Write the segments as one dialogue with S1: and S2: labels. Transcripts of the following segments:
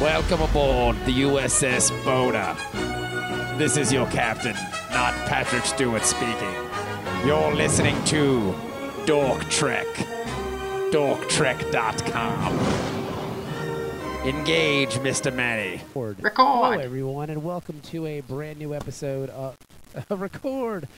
S1: Welcome aboard the USS Boda. This is your captain, not Patrick Stewart speaking. You're listening to Dork Trek. DorkTrek.com. Engage, Mr. Manny.
S2: Record.
S3: Record.
S2: Hello, everyone, and welcome to a brand new episode of Record.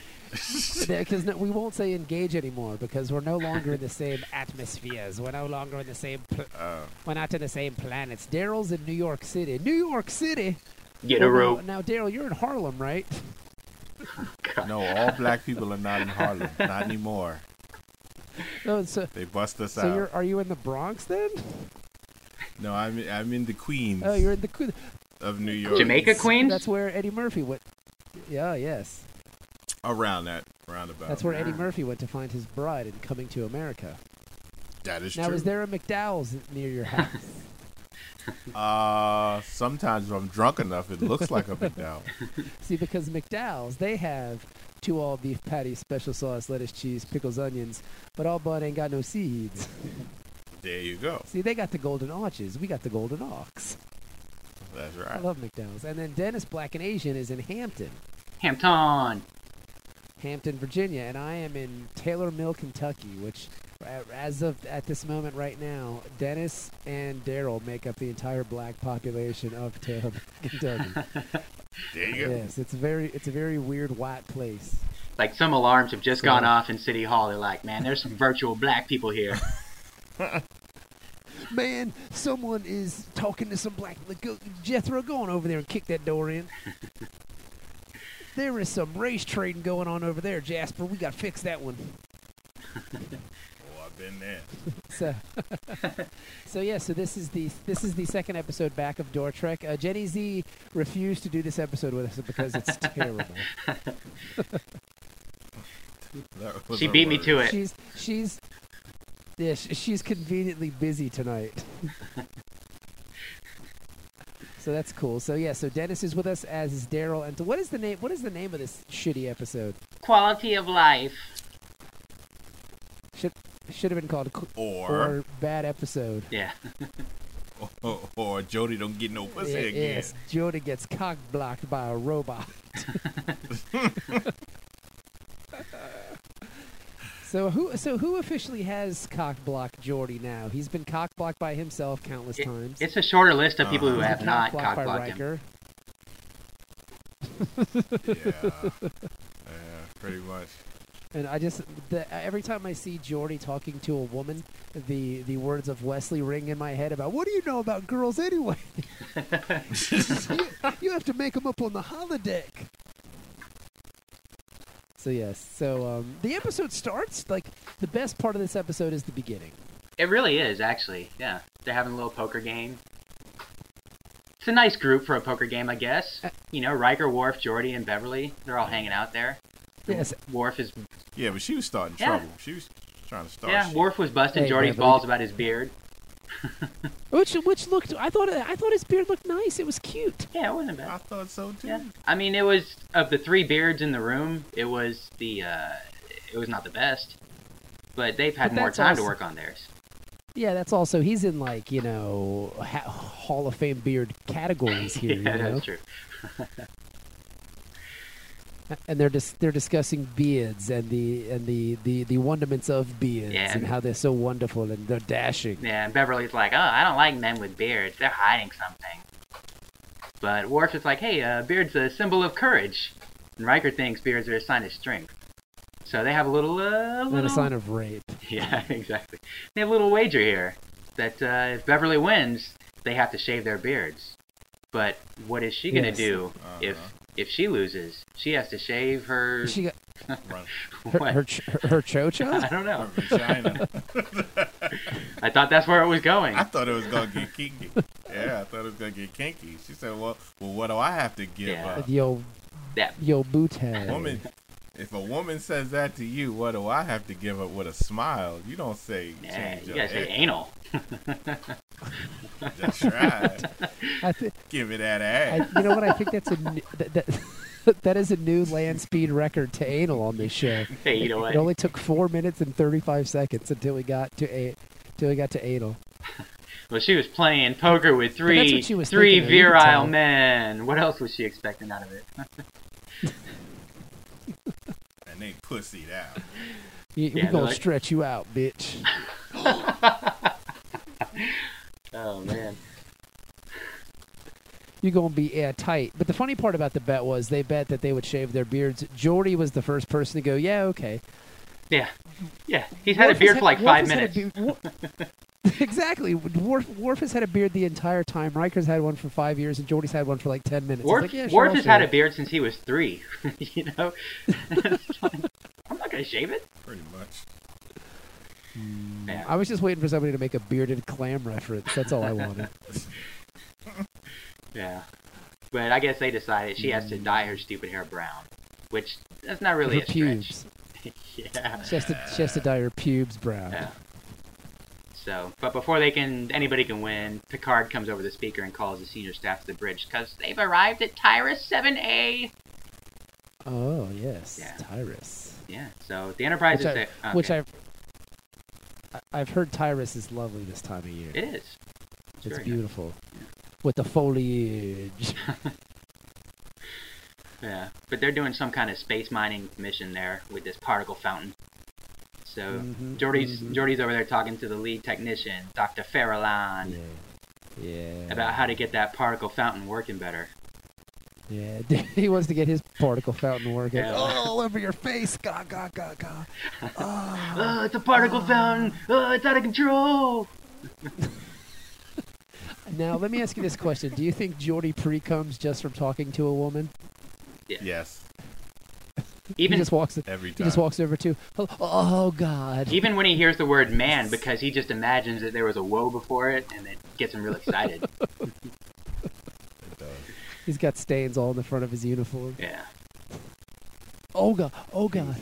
S2: Because no, we won't say engage anymore because we're no longer in the same atmospheres. We're no longer in the same. Pl-
S3: Uh.
S2: We're not in the same planets. Daryl's in New York City. New York City.
S3: Get a
S2: Well,
S3: rope.
S2: Now, Daryl, you're in Harlem, right?
S4: No, all black people are not in Harlem. Not anymore.
S2: No, Oh, so.
S4: They bust us
S2: So you're,
S4: out.
S2: are you in the Bronx then?
S4: No, I'm in- I'm in the Queens
S2: Oh, you're in the Queens.
S4: of New York.
S3: Jamaica
S4: It's
S3: Queen?
S2: That's where Eddie Murphy went. Yeah, yes.
S4: Around that roundabout.
S3: Oh,
S2: That's where Eddie Murphy went to find his bride in Coming to America.
S4: That is
S2: now,
S4: true.
S2: is there a McDowell's near your house?
S4: Uh, sometimes if I'm drunk enough, it looks like I've been down.
S2: See, because McDowell's, they have two all beef patties, special sauce, lettuce, cheese, pickles, onions, but all bun ain't got no seeds.
S4: There you go.
S2: See, they got the golden arches. We got the golden ox.
S4: That's
S2: I
S4: right.
S2: love McDowell's. And then Dennis Black and Asian is in Hampton,
S3: Hampton.
S2: Hampton, Virginia, and I am in Taylor Mill, Kentucky, which a- as of at this moment right now, Dennis and Daryl make up the entire black population of Taylor, Kentucky.
S4: There you go.
S2: yes, it's a very it's a very weird white place.
S3: Like some alarms have just
S2: So-
S3: gone off in City Hall. They're like, man, there's some virtual black people here.
S2: Man, someone is talking to some black. Go, Jethro, go on over there and kick that door in. there is some race trading going on over there, Jasper. We got to fix that one.
S4: Oh, I've been there.
S2: So, so yeah. So this is the this is the second episode back of Door Trek. Uh, Jenny Z refused to do this episode with us because it's terrible.
S4: That was
S3: She
S4: her
S3: beat me
S4: word.
S3: to it.
S2: she's she's yeah. sh- She's conveniently busy tonight. So that's cool. So yeah, so Dennis is with us as is Daryl. And what is the name? What is the name of this shitty episode?
S3: Quality of life.
S2: Should should have been called Cl-
S4: Or, oh,
S2: bad episode.
S3: Yeah.
S4: or Jody don't get no pussy
S2: Yeah,
S4: again.
S2: Yes, Jody gets cock blocked by a robot. so who so who officially has cock blocked Jordy now? He's been cock blocked by himself countless
S3: It-
S2: times.
S3: It's a shorter list of people who
S2: He's
S3: have
S2: been
S3: not
S2: cock-blocked by
S3: cockblocked him.
S2: Riker.
S4: Yeah. yeah, pretty much.
S2: And I just the, every time I see Jordy talking to a woman, the the words of Wesley ring in my head about what do you know about girls anyway? you, you have to make them up on the holodeck. So yes, so um, the episode starts like the best part of this episode is the beginning.
S3: It really is, actually. Yeah. They're having a little poker game. It's a nice group for a poker game, I guess.
S2: Uh,
S3: You know, Riker, Worf, Geordi, and Beverly, they're all hanging out there.
S2: Yes,
S3: Worf is
S4: Yeah, but she was starting
S3: Yeah.
S4: trouble. She was trying to start.
S3: yeah,
S4: shit.
S3: Worf was busting
S2: Hey,
S3: Geordi's
S2: Beverly.
S3: balls about his beard.
S2: which which looked I thought I thought his beard looked nice. It was cute.
S3: Yeah, it wasn't bad.
S4: I thought so too.
S3: Yeah. I mean, it was of the three beards in the room, it was the uh, it was not the best, but they've had
S2: But
S3: more
S2: that's
S3: time to
S2: also-
S3: work on theirs.
S2: Yeah, that's also he's in like you know ha- Hall of Fame beard categories here.
S3: yeah,
S2: you know?
S3: that's true.
S2: and they're dis- they're discussing beards and the and the, the, the wonderments of beards
S3: Yeah.
S2: and how they're so wonderful and they're dashing.
S3: Yeah, and Beverly's like, oh, I don't like men with beards. They're hiding something. But Worf is like, hey, uh, beard's a symbol of courage. And Riker thinks beards are a sign of strength. So they have a little, uh,
S2: Not
S3: little
S2: a sign of rape.
S3: Yeah, exactly. They have a little wager here that uh, if Beverly wins, they have to shave their beards. But what is she gonna
S2: Yes.
S3: do if
S4: Uh-huh.
S3: if she loses? She has to shave her.
S2: She got
S4: Run,
S2: her
S3: what?
S2: her, ch- her, her
S3: I
S2: chocho.
S3: don't know.
S4: vagina.
S3: I thought that's where it was going.
S4: I thought it was gonna get kinky. Yeah, I thought it was gonna get kinky. She said, "Well, well, what do I have to give
S3: Yeah.
S4: up?
S2: Yo
S3: Yeah.
S2: yo bootay.
S4: Woman, if a woman says that to you, what do I have to give up with a smile? You don't say
S3: Yeah,
S4: change
S3: you
S4: your
S3: gotta say
S4: act.
S3: anal.
S4: That's right.
S2: I thi-
S4: give it that ass.
S2: I, you know what? I think that's a n- that, that, that is a new land speed record to anal on this show.
S3: Hey, you know what?
S2: It only took four minutes and thirty five seconds until we got to eight. Till we got to anal.
S3: Well, she was playing poker with
S2: that's
S3: three
S2: what she was
S3: three
S2: thinking of, you can
S3: virile
S2: tell.
S3: men. What else was she expecting out of it?
S4: and they pussied out.
S2: You,
S3: Yeah,
S2: we gonna
S3: like-
S2: stretch you out, bitch.
S3: Oh man.
S2: You're gonna be airtight. But the funny part about the bet was they bet that they would shave their beards. Jordy was the first person to go, yeah, okay.
S3: Yeah. Yeah. He's had
S2: Worf
S3: a
S2: has
S3: beard for like
S2: Worf
S3: five
S2: has had a
S3: minutes.
S2: beard- Wor- exactly. Worf, Worf has had a beard the entire time. Riker's had one for five years, and Jordy's had one for like ten minutes. It's
S3: Worf,
S2: like, yeah, sure,
S3: Worf
S2: I'll
S3: has
S2: shave
S3: had a
S2: it.
S3: beard since he was three. you know? It's like, I'm not going to shave it.
S4: Pretty much.
S3: Yeah.
S2: I was just waiting for somebody to make a bearded clam reference. That's all I wanted.
S3: yeah. But I guess they decided she
S2: Mm.
S3: has to dye her stupid hair brown, which that's not really
S2: her
S3: a
S2: pubes.
S3: stretch. Yeah.
S2: She has, to, she has to dye her pubes brown.
S3: Yeah. So, but before they can, anybody can win. Picard comes over the speaker and calls the senior staff to the bridge because they've arrived at Tyrus 7A.
S2: Oh yes,
S3: Yeah.
S2: Tyrus.
S3: Yeah. So the Enterprise
S2: Which,
S3: is
S2: I,
S3: there. Okay.
S2: which I've I- I've heard Tyrus is lovely this time of year.
S3: It is. It's,
S2: it's
S3: very
S2: beautiful with the foliage.
S3: nice. Yeah. But they're doing some kind of space mining mission there with this particle fountain. So
S2: Mhm,
S3: Jordy's
S2: mhm.
S3: Jordy's over there talking to the lead technician, Dr. Farallon,
S2: yeah, yeah.
S3: about how to get that particle fountain working better.
S2: Yeah, he wants to get his particle fountain working.
S3: Yeah.
S2: All over your face, ga ga ga ga. Ah.
S3: Oh, it's a particle fountain. Oh, it's out of control.
S2: now let me ask you this question: Do you think Jordy pre comes just from talking to a woman?
S4: Yes.
S3: Even
S2: he just walks.
S4: Every
S2: He
S4: time.
S2: just walks over to. Oh, oh God.
S3: Even when he hears the word man, because he just imagines that there was a woe before it, and it gets him real excited.
S4: It does.
S2: He's got stains all in the front of his uniform.
S3: yeah,
S2: Oh God. Oh God.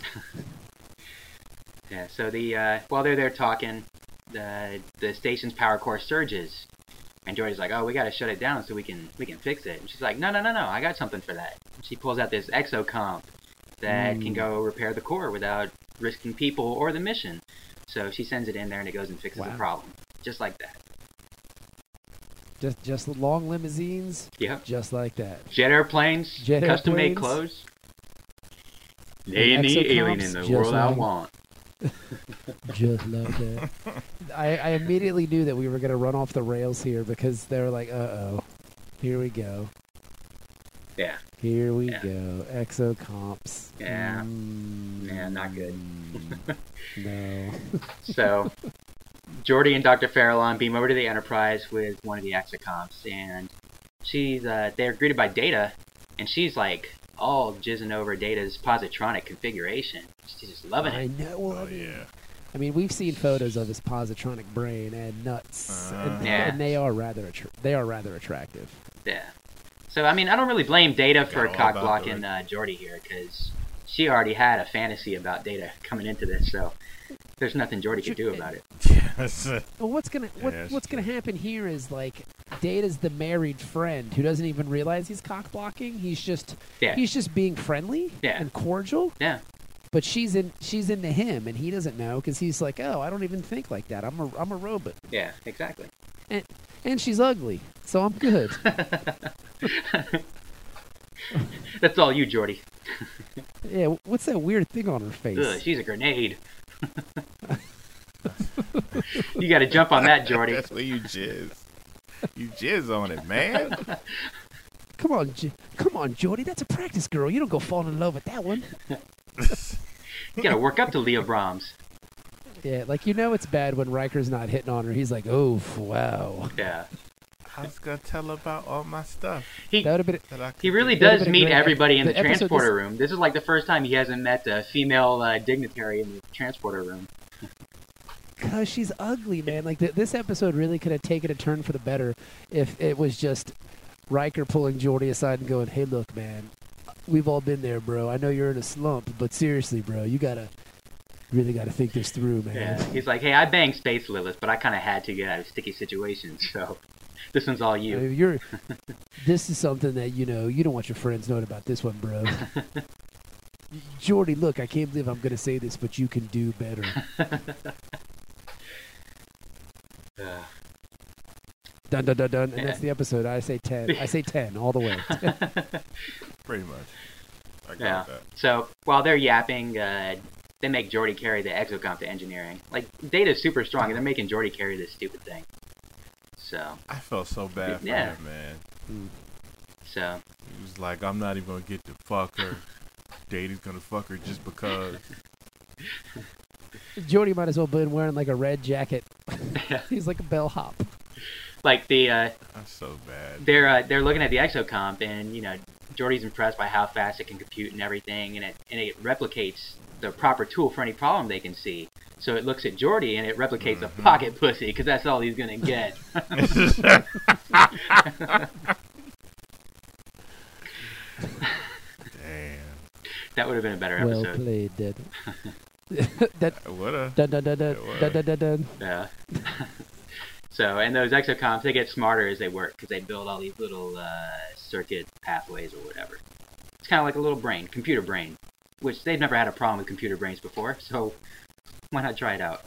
S3: yeah. So the uh, while they're there talking, the the station's power core surges, and Jordy's like, "Oh, we gotta shut it down so we can we can fix it." And she's like, "No, no, no, no. I got something for that." She pulls out this exocomp that
S2: Hmm.
S3: can go repair the core without risking people or the mission. So she sends it in there, and it goes and fixes
S2: Wow.
S3: the problem, just like that.
S2: Just just long limousines,
S3: Yep.
S2: just like that.
S3: Jet airplanes,
S2: Jet airplanes.
S3: custom-made clothes.
S2: Name the Exocomps, alien in the just world I like-
S3: want.
S2: Just like that. I, I immediately knew that we were gonna run off the rails here because they were like, uh oh, here we go.
S3: Yeah,
S2: Here we
S3: Yeah.
S2: go. Exo comps.
S3: Yeah.
S2: Mm,
S3: yeah, not good.
S2: no.
S3: So, Jordy and Dr. Farallon beam over to the Enterprise with one of the Exocomps, and she's uh, they're greeted by Data, and she's like all jizzing over Data's positronic configuration. She's just loving
S2: I
S3: it.
S2: know what
S4: Oh
S2: it is.
S4: yeah.
S2: I mean, we've seen photos of his positronic brain and nuts,
S4: Uh-huh.
S2: and,
S3: Yeah.
S2: and they are rather attr they are rather attractive.
S3: Yeah. So I mean, I don't really blame Data for
S4: all
S3: cock
S4: about
S3: blocking uh, Jordy here because she already had a fantasy about Data coming into this, so there's nothing Jordy could do about it.
S4: Yes.
S2: Well, what's gonna what,
S4: Yes.
S2: what's gonna happen here is like Data's the married friend who doesn't even realize he's cock blocking. He's just
S3: Yeah.
S2: he's just being friendly
S3: Yeah.
S2: and cordial.
S3: Yeah.
S2: But she's in she's into him and he doesn't know because he's like, oh, I don't even think like that. I'm a I'm a robot
S3: Yeah. Exactly.
S2: and and she's ugly, so I'm good.
S3: That's all you, Jordy.
S2: yeah. What's that weird thing on her face?
S3: Ugh, she's a grenade. you got to jump on that, Jordy.
S4: That's where you jizz. You jizz on it, man.
S2: Come on, J- come on, Jordy. That's a practice girl. You don't go fall in love with that one.
S3: You got to work up to Leo Brahms.
S2: Yeah, like you know it's bad when Riker's not hitting on her. He's like, oh wow.
S3: Yeah.
S4: I was gonna tell about all my stuff
S2: That would have been
S4: that I could
S3: He really
S4: do.
S2: That'd
S3: does
S2: been a
S3: meet
S2: great ep-
S3: everybody in the,
S2: the episode
S3: transporter
S2: this-
S3: room. This is like the first time he hasn't met a female uh, dignitary in the transporter room.
S2: Cause she's ugly, man. Like th- this episode really could have taken a turn for the better if it was just Riker pulling Jordy aside and going, "Hey, look, man, we've all been there, bro. I know you're in a slump, but seriously, bro, you gotta really gotta think this through, man."
S3: Yeah. He's like, hey, I banged Space Lilith, but I kind of had to get out of sticky situations, so this one's all
S2: I
S3: you.
S2: mean, you're. this is something that you know you don't want your friends knowing about this one, bro. Jordy, look, I can't believe I'm gonna say this, but you can do better.
S3: Uh,
S2: Dun dun dun dun. And that's the episode. I say ten. I say ten all the way.
S4: Pretty much. I got
S3: Yeah.
S4: that.
S3: So while they're yapping, uh, they make Jordy carry the exocomp to engineering. Like Data's super strong, and they're making Jordy carry this stupid thing. So,
S4: I felt so bad for
S3: Yeah.
S4: him, man.
S3: so
S4: He was like, I'm not even gonna get to fuck her. Daddy's gonna fuck her just because.
S2: Jordy might as well been wearing like a red jacket. He's like a bellhop.
S3: like the uh,
S4: That's so bad.
S3: they're uh, they're looking at the exocomp, and you know Jordy's impressed by how fast it can compute and everything, and it and it replicates the proper tool for any problem they can see. So it looks at Jordy and it replicates a pocket pussy because that's all he's gonna get.
S4: Damn.
S3: that would have been a better
S2: Well
S3: episode.
S2: played, Dad. that
S4: What a.
S2: dun dun dun dun
S4: It was.
S2: dun dun dun. dun.
S3: Yeah. so, and those exocomps, they get smarter as they work because they build all these little uh, circuit pathways or whatever. It's kind of like a little brain, computer brain, which they've never had a problem with computer brains before, so why not try it out?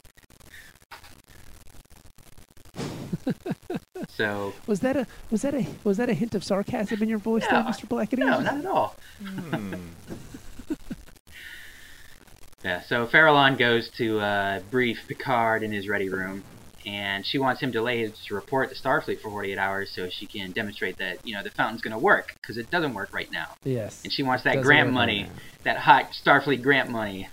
S3: so,
S2: Was that a was that a was that a hint of sarcasm in your voice, there,
S3: No.
S2: Mr. Blackett?
S3: no, not at all.
S4: Hmm.
S3: Yeah, so Farallon goes to uh, brief Picard in his ready room, and she wants him delayed to report to Starfleet for 48 hours so she can demonstrate that, you know, the fountain's going to work, because it doesn't work right now.
S2: Yes.
S3: And she wants that
S2: Doesn't
S3: grant
S2: work
S3: money,
S2: right
S3: that hot Starfleet grant money.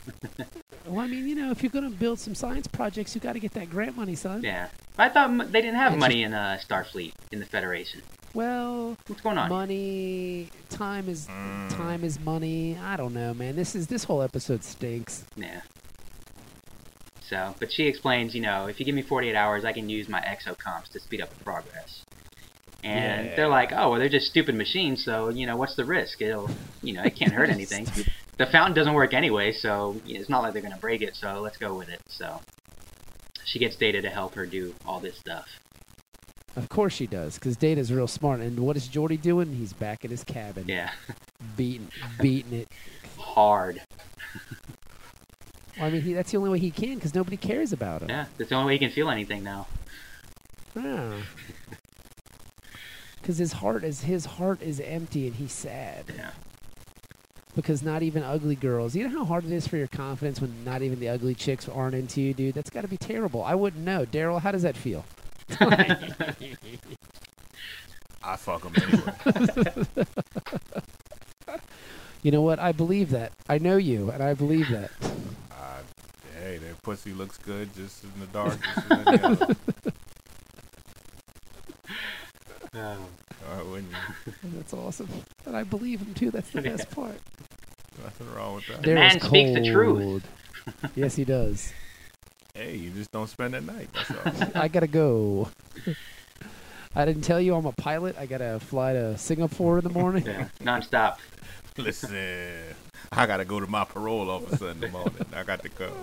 S2: Well, I mean, you know, if you're gonna build some science projects, you got to get that grant money, son.
S3: Yeah. But I thought m- they didn't have
S2: Yeah,
S3: money in uh, Starfleet, in the Federation.
S2: Well,
S3: What's going on?
S2: money, time is time is money. I don't know, man. This is this whole episode stinks.
S3: Yeah. So, but she explains, you know, if you give me 48 hours, I can use my exocomps to speed up the progress. And
S4: Yeah.
S3: they're like, oh, well, they're just stupid machines, so, you know, what's the risk? It'll, you know, it can't hurt anything. The fountain doesn't work anyway, so you know, it's not like they're going to break it, so let's go with it. So, she gets Data to help her do all this stuff.
S2: Of course she does, because Data's real smart. And what is Jordy doing? He's back in his cabin,
S3: Yeah.
S2: beating, beating it.
S3: Hard.
S2: Well, I mean, he, that's the only way he can, because nobody cares about him.
S3: Yeah. That's the only way you can feel anything now.
S2: Because his heart is his heart is empty, and he's sad.
S3: Yeah.
S2: Because not even ugly girls. You know how hard it is for your confidence when not even the ugly chicks aren't into you, dude. That's got to be terrible. I wouldn't know, Daryl. How does that feel?
S4: I fuck him anyway.
S2: You know what? I believe that. I know you, and I believe that.
S4: I, hey, that pussy looks good just in the dark. Just in the yellow.
S3: Um.
S4: Why wouldn't you?
S2: That's awesome. And I believe him too. That's the best part.
S4: Nothing wrong with that.
S3: The man speaks the truth.
S2: cold. yes, he does.
S4: Hey, you just don't spend that night. That's all.
S2: I gotta go. I didn't tell you I'm a pilot. I gotta fly to Singapore in the morning.
S3: Yeah. Non-stop.
S4: Listen, I gotta go to my parole officer in the morning. I got to go.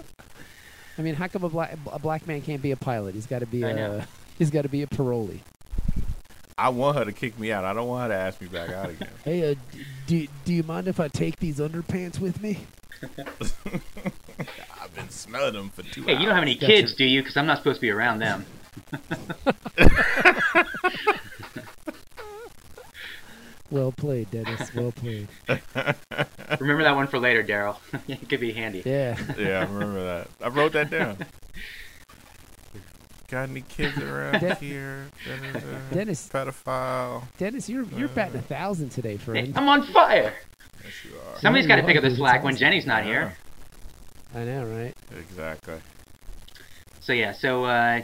S2: I mean, how come a black a black man can't be a pilot? He's got to be
S3: I
S2: a
S3: know.
S2: he's got to be a parolee.
S4: I want her to kick me out. I don't want her to ask me back out again.
S2: Hey, uh, d- do do you mind if I take these underpants with me?
S4: I've been smelling them for two
S3: Hey,
S4: hours.
S3: you don't have any
S2: Gotcha.
S3: kids, do you? Because I'm not supposed to be around them.
S2: Well played, Dennis. Well played.
S3: Remember that one for later, Daryl. it could be handy.
S2: Yeah.
S4: Yeah, I remember that. I wrote that down. Got any kids around
S2: De-
S4: here? Da-da-da.
S2: Dennis-
S4: Pedophile.
S2: Dennis, you're you're batting a thousand today,
S3: Hey,
S2: friend.
S3: I'm on fire.
S4: Yes, you are.
S3: Somebody's got to
S2: you
S3: pick
S2: are,
S3: up the
S2: dude.
S3: slack
S2: It's
S3: when
S2: awesome.
S3: Jenny's not here.
S2: I know, right?
S4: Exactly.
S3: So yeah, so uh,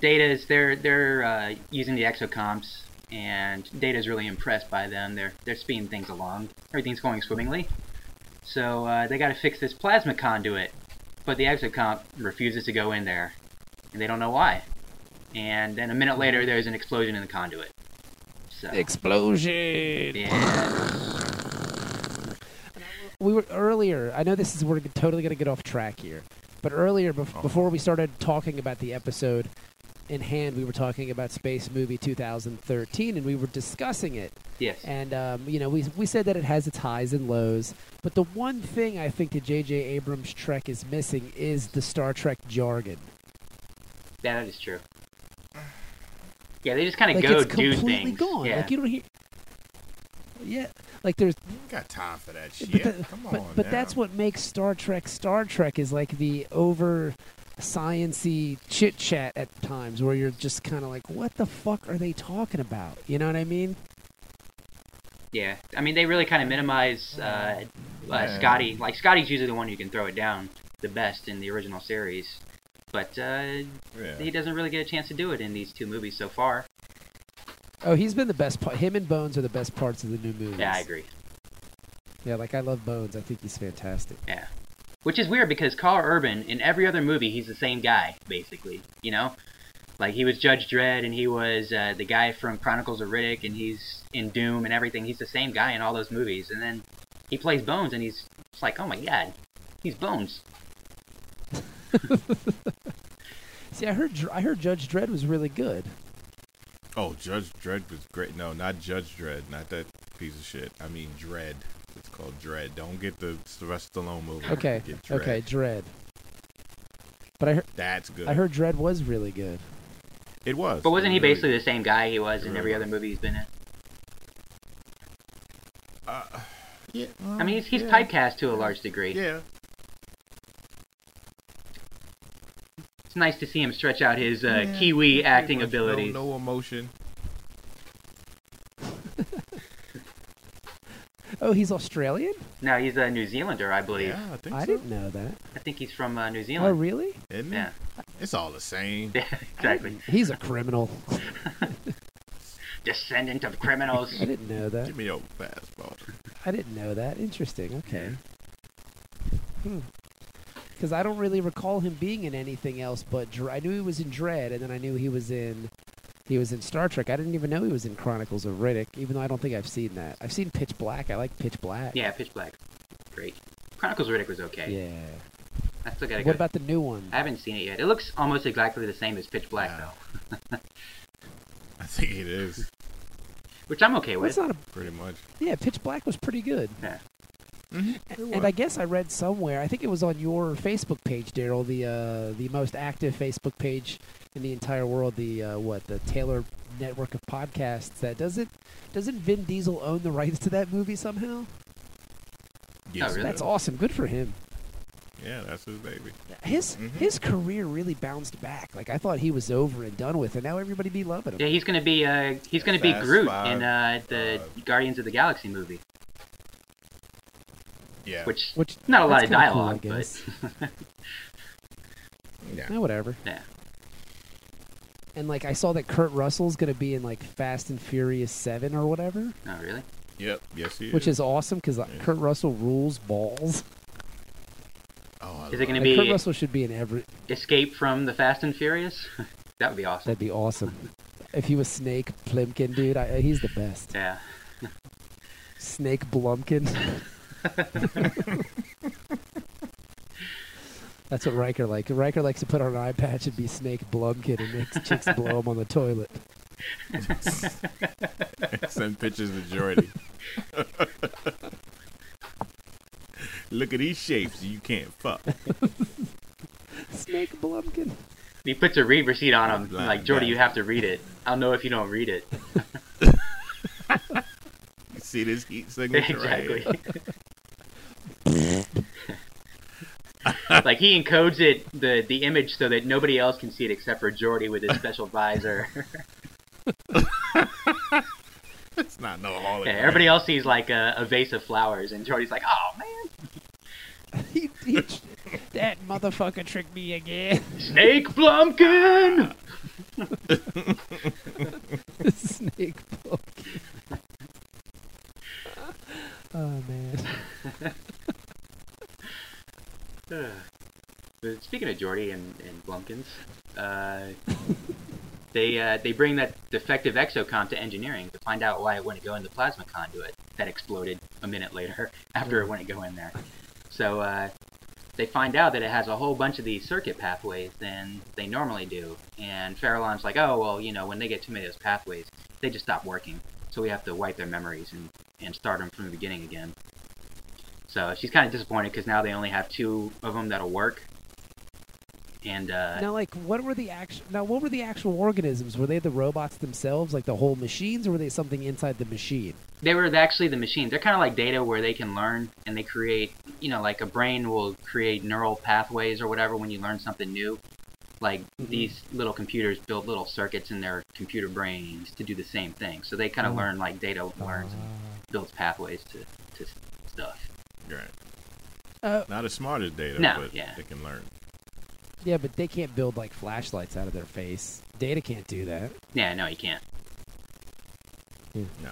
S3: Data is they're they're uh, using the exocomps, and Data's really impressed by them. They're they're speeding things along. Everything's going swimmingly. So uh, they got to fix this plasma conduit, but the exocomp refuses to go in there, and they don't know why. And then a minute later, there's an explosion in the conduit. So
S1: Explosion!
S3: yeah,
S2: we were earlier. I know this is we're totally going to get off track here, but earlier bef- before we started talking about the episode in hand, we were talking about Space Movie 2013, and we were discussing it.
S3: yes,
S2: And um, you know, we we said that it has its highs and lows, but the one thing I think that J.J. Abrams' Trek is missing is the Star Trek jargon.
S3: that is true. Yeah, they just kind of
S2: Like
S3: go
S2: it's
S3: do
S2: completely
S3: things.
S2: gone.
S3: Yeah.
S2: Like you don't hear. Yeah, like there's
S4: You ain't got time for that shit.
S2: but, that-
S4: Come on.
S2: but, but
S4: now.
S2: that's what makes Star Trek Star Trek is like the over sciency chit chat at times where you're just kind of like, what the fuck are they talking about? You know what I mean?
S3: yeah. I mean, they really kind of minimize uh, uh,
S4: Yeah.
S3: Scotty. Like Scotty's usually the one who can throw it down the best in the original series, but uh, he
S4: Yeah.
S3: doesn't really get a chance to do it in these two movies so far.
S2: Oh, he's been the best part. Him and Bones are the best parts of the new movies.
S3: Yeah, I agree.
S2: Yeah, like I love Bones. I think he's fantastic.
S3: Yeah. Which is weird because Carl Urban in every other movie he's the same guy basically, you know? Like he was Judge Dredd and he was uh, the guy from Chronicles of Riddick and he's in Doom and everything. He's the same guy in all those movies. And then he plays Bones and he's it's like, "Oh my god. He's Bones."
S2: See, I heard Dr- I heard Judge Dredd was really good.
S4: Oh, Judge Dredd was great. No, not Judge Dredd. Not that piece of shit. I mean Dredd. It's called Dredd. Don't get the Sylvester Stallone movie.
S2: Okay,
S4: Get Dredd.
S2: okay, Dredd. But I heard
S4: That's good.
S2: I heard Dredd was really good.
S4: it was.
S3: But wasn't
S4: It
S3: he
S4: really-
S3: basically the same guy he was in
S4: Really
S3: every
S4: was.
S3: other movie he's been in?
S4: Yeah,
S3: I mean, he's, he's
S4: yeah.
S3: typecast to a large degree.
S4: Yeah.
S3: It's nice to see him stretch out his uh,
S4: Yeah.
S3: Kiwi
S4: Pretty
S3: acting
S4: much no-
S3: abilities.
S4: No, emotion.
S2: Oh, he's Australian?
S3: No, he's a New Zealander, I believe.
S4: Yeah, I think
S2: I
S4: so.
S2: didn't know that.
S3: I think he's from uh, New
S2: Oh,
S3: Zealand.
S2: really?
S4: Isn't
S3: Yeah.
S4: it? It's all the same.
S3: Yeah, exactly.
S2: He's a criminal.
S3: Descendant of criminals.
S2: I didn't know that.
S4: Give me your fastball.
S2: I didn't know that. Interesting. Okay. Because I don't really recall him being in anything else, but Dr- I knew he was in Dread, and then I knew he was in he was in Star Trek. I didn't even know he was in Chronicles of Riddick, even though I don't think I've seen that. I've seen Pitch Black. I like Pitch Black.
S3: Yeah, Pitch Black. Great. Chronicles of Riddick was okay.
S2: Yeah.
S3: I still gotta go.
S2: What about the new one?
S3: I haven't seen it yet. It looks almost exactly the same as Pitch Black
S4: Wow.
S3: though,
S4: I think it is
S3: which I'm okay
S2: That's
S3: with.
S2: not a
S4: pretty much.
S2: yeah. Pitch Black was pretty good.
S3: Yeah.
S2: And I guess I read somewhere, I think it was on your Facebook page, Daryl, the uh, the most active Facebook page in the entire world, the uh, what the Taylor network of podcasts. That doesn't doesn't Vin Diesel own the rights to that movie somehow?
S4: Yes,
S3: Oh, really?
S4: it
S2: That's
S4: is.
S2: awesome. Good for him.
S4: Yeah, that's his baby.
S2: His
S4: Mhm.
S2: his career really bounced back. Like I thought he was over and done with, and now everybody be loving him.
S3: Yeah, he's gonna be uh he's gonna be
S4: Fast
S3: Groot
S4: Five,
S3: in uh the Guardians of the Galaxy movie,
S4: Yeah.
S3: which
S2: Which
S3: not a lot
S2: that's
S3: of
S2: kinda cool,
S3: dialogue,
S2: I
S3: but
S2: guess.
S4: yeah.
S2: Eh, whatever.
S3: yeah,
S2: And like I saw that Kurt Russell's gonna be in like Fast and Furious Seven or whatever.
S3: oh really?
S4: Yep. Yes, he
S2: which is awesome because Kurt Russell rules balls.
S4: Oh, I
S3: Is it
S4: love
S3: gonna
S2: Like, Kurt
S3: be
S2: Russell should be in every.
S3: Escape from the Fast and Furious? that would be awesome.
S2: That'd be awesome. if he was Snake Plimpkin, dude, I, he's the best.
S3: Yeah,
S2: Snake Blumpkin. That's what Riker likes. Riker likes to put on an eye patch and be Snake Blumpkin and makes chicks blow him on the toilet.
S4: Send pictures to Jordy. Look at these shapes you can't fuck.
S2: Snake Blumpkin.
S3: he puts a read receipt on him.
S4: Blind
S3: Like Jordy,
S4: guy.
S3: you have to read it. I'll know if you don't read it.
S4: You see this heat signature right
S3: exactly.
S4: here?
S3: like he encodes it the the image so that nobody else can see it except for Jordy with his special visor.
S4: It's not no hologram.
S3: Yeah, everybody else sees like a, a vase of flowers, and Jordy's like, "Oh man,
S2: He, he, that motherfucker tricked me again.
S3: Snake Blumpkin!"
S2: Snake Blumpkin. oh man.
S3: Uh, but Speaking of Jordy and, and Blumpkins, uh, they uh, they bring that defective exocom to engineering to find out why it wouldn't go in the plasma conduit that exploded a minute later after it wouldn't go in there. So uh, they find out that it has a whole bunch of these circuit pathways than they normally do. And Farallon's like, oh well, you know, when they get too many of those pathways, they just stop working. So we have to wipe their memories and and start them from the beginning again. So she's kind of disappointed because now they only have two of them that'll work. And uh,
S2: Now, like, what were the actual? Now, what were the actual organisms? Were they the robots themselves, like the whole machines, or were they something inside the machine?
S3: they were actually the machines. They're kind of like data where they can learn and they create, you know, like a brain will create neural pathways or whatever when you learn something new. Like these little computers build little circuits in their computer brains to do the same thing. So they kind of
S2: Mhm.
S3: learn like data learns and builds pathways to, to s- stuff.
S4: Right.
S2: Uh,
S4: Not as smart as data,
S3: No,
S4: but
S3: yeah.
S4: they can learn.
S2: yeah, but they can't build like flashlights out of their face. Data can't do that.
S3: Yeah, no, you can't.
S4: No.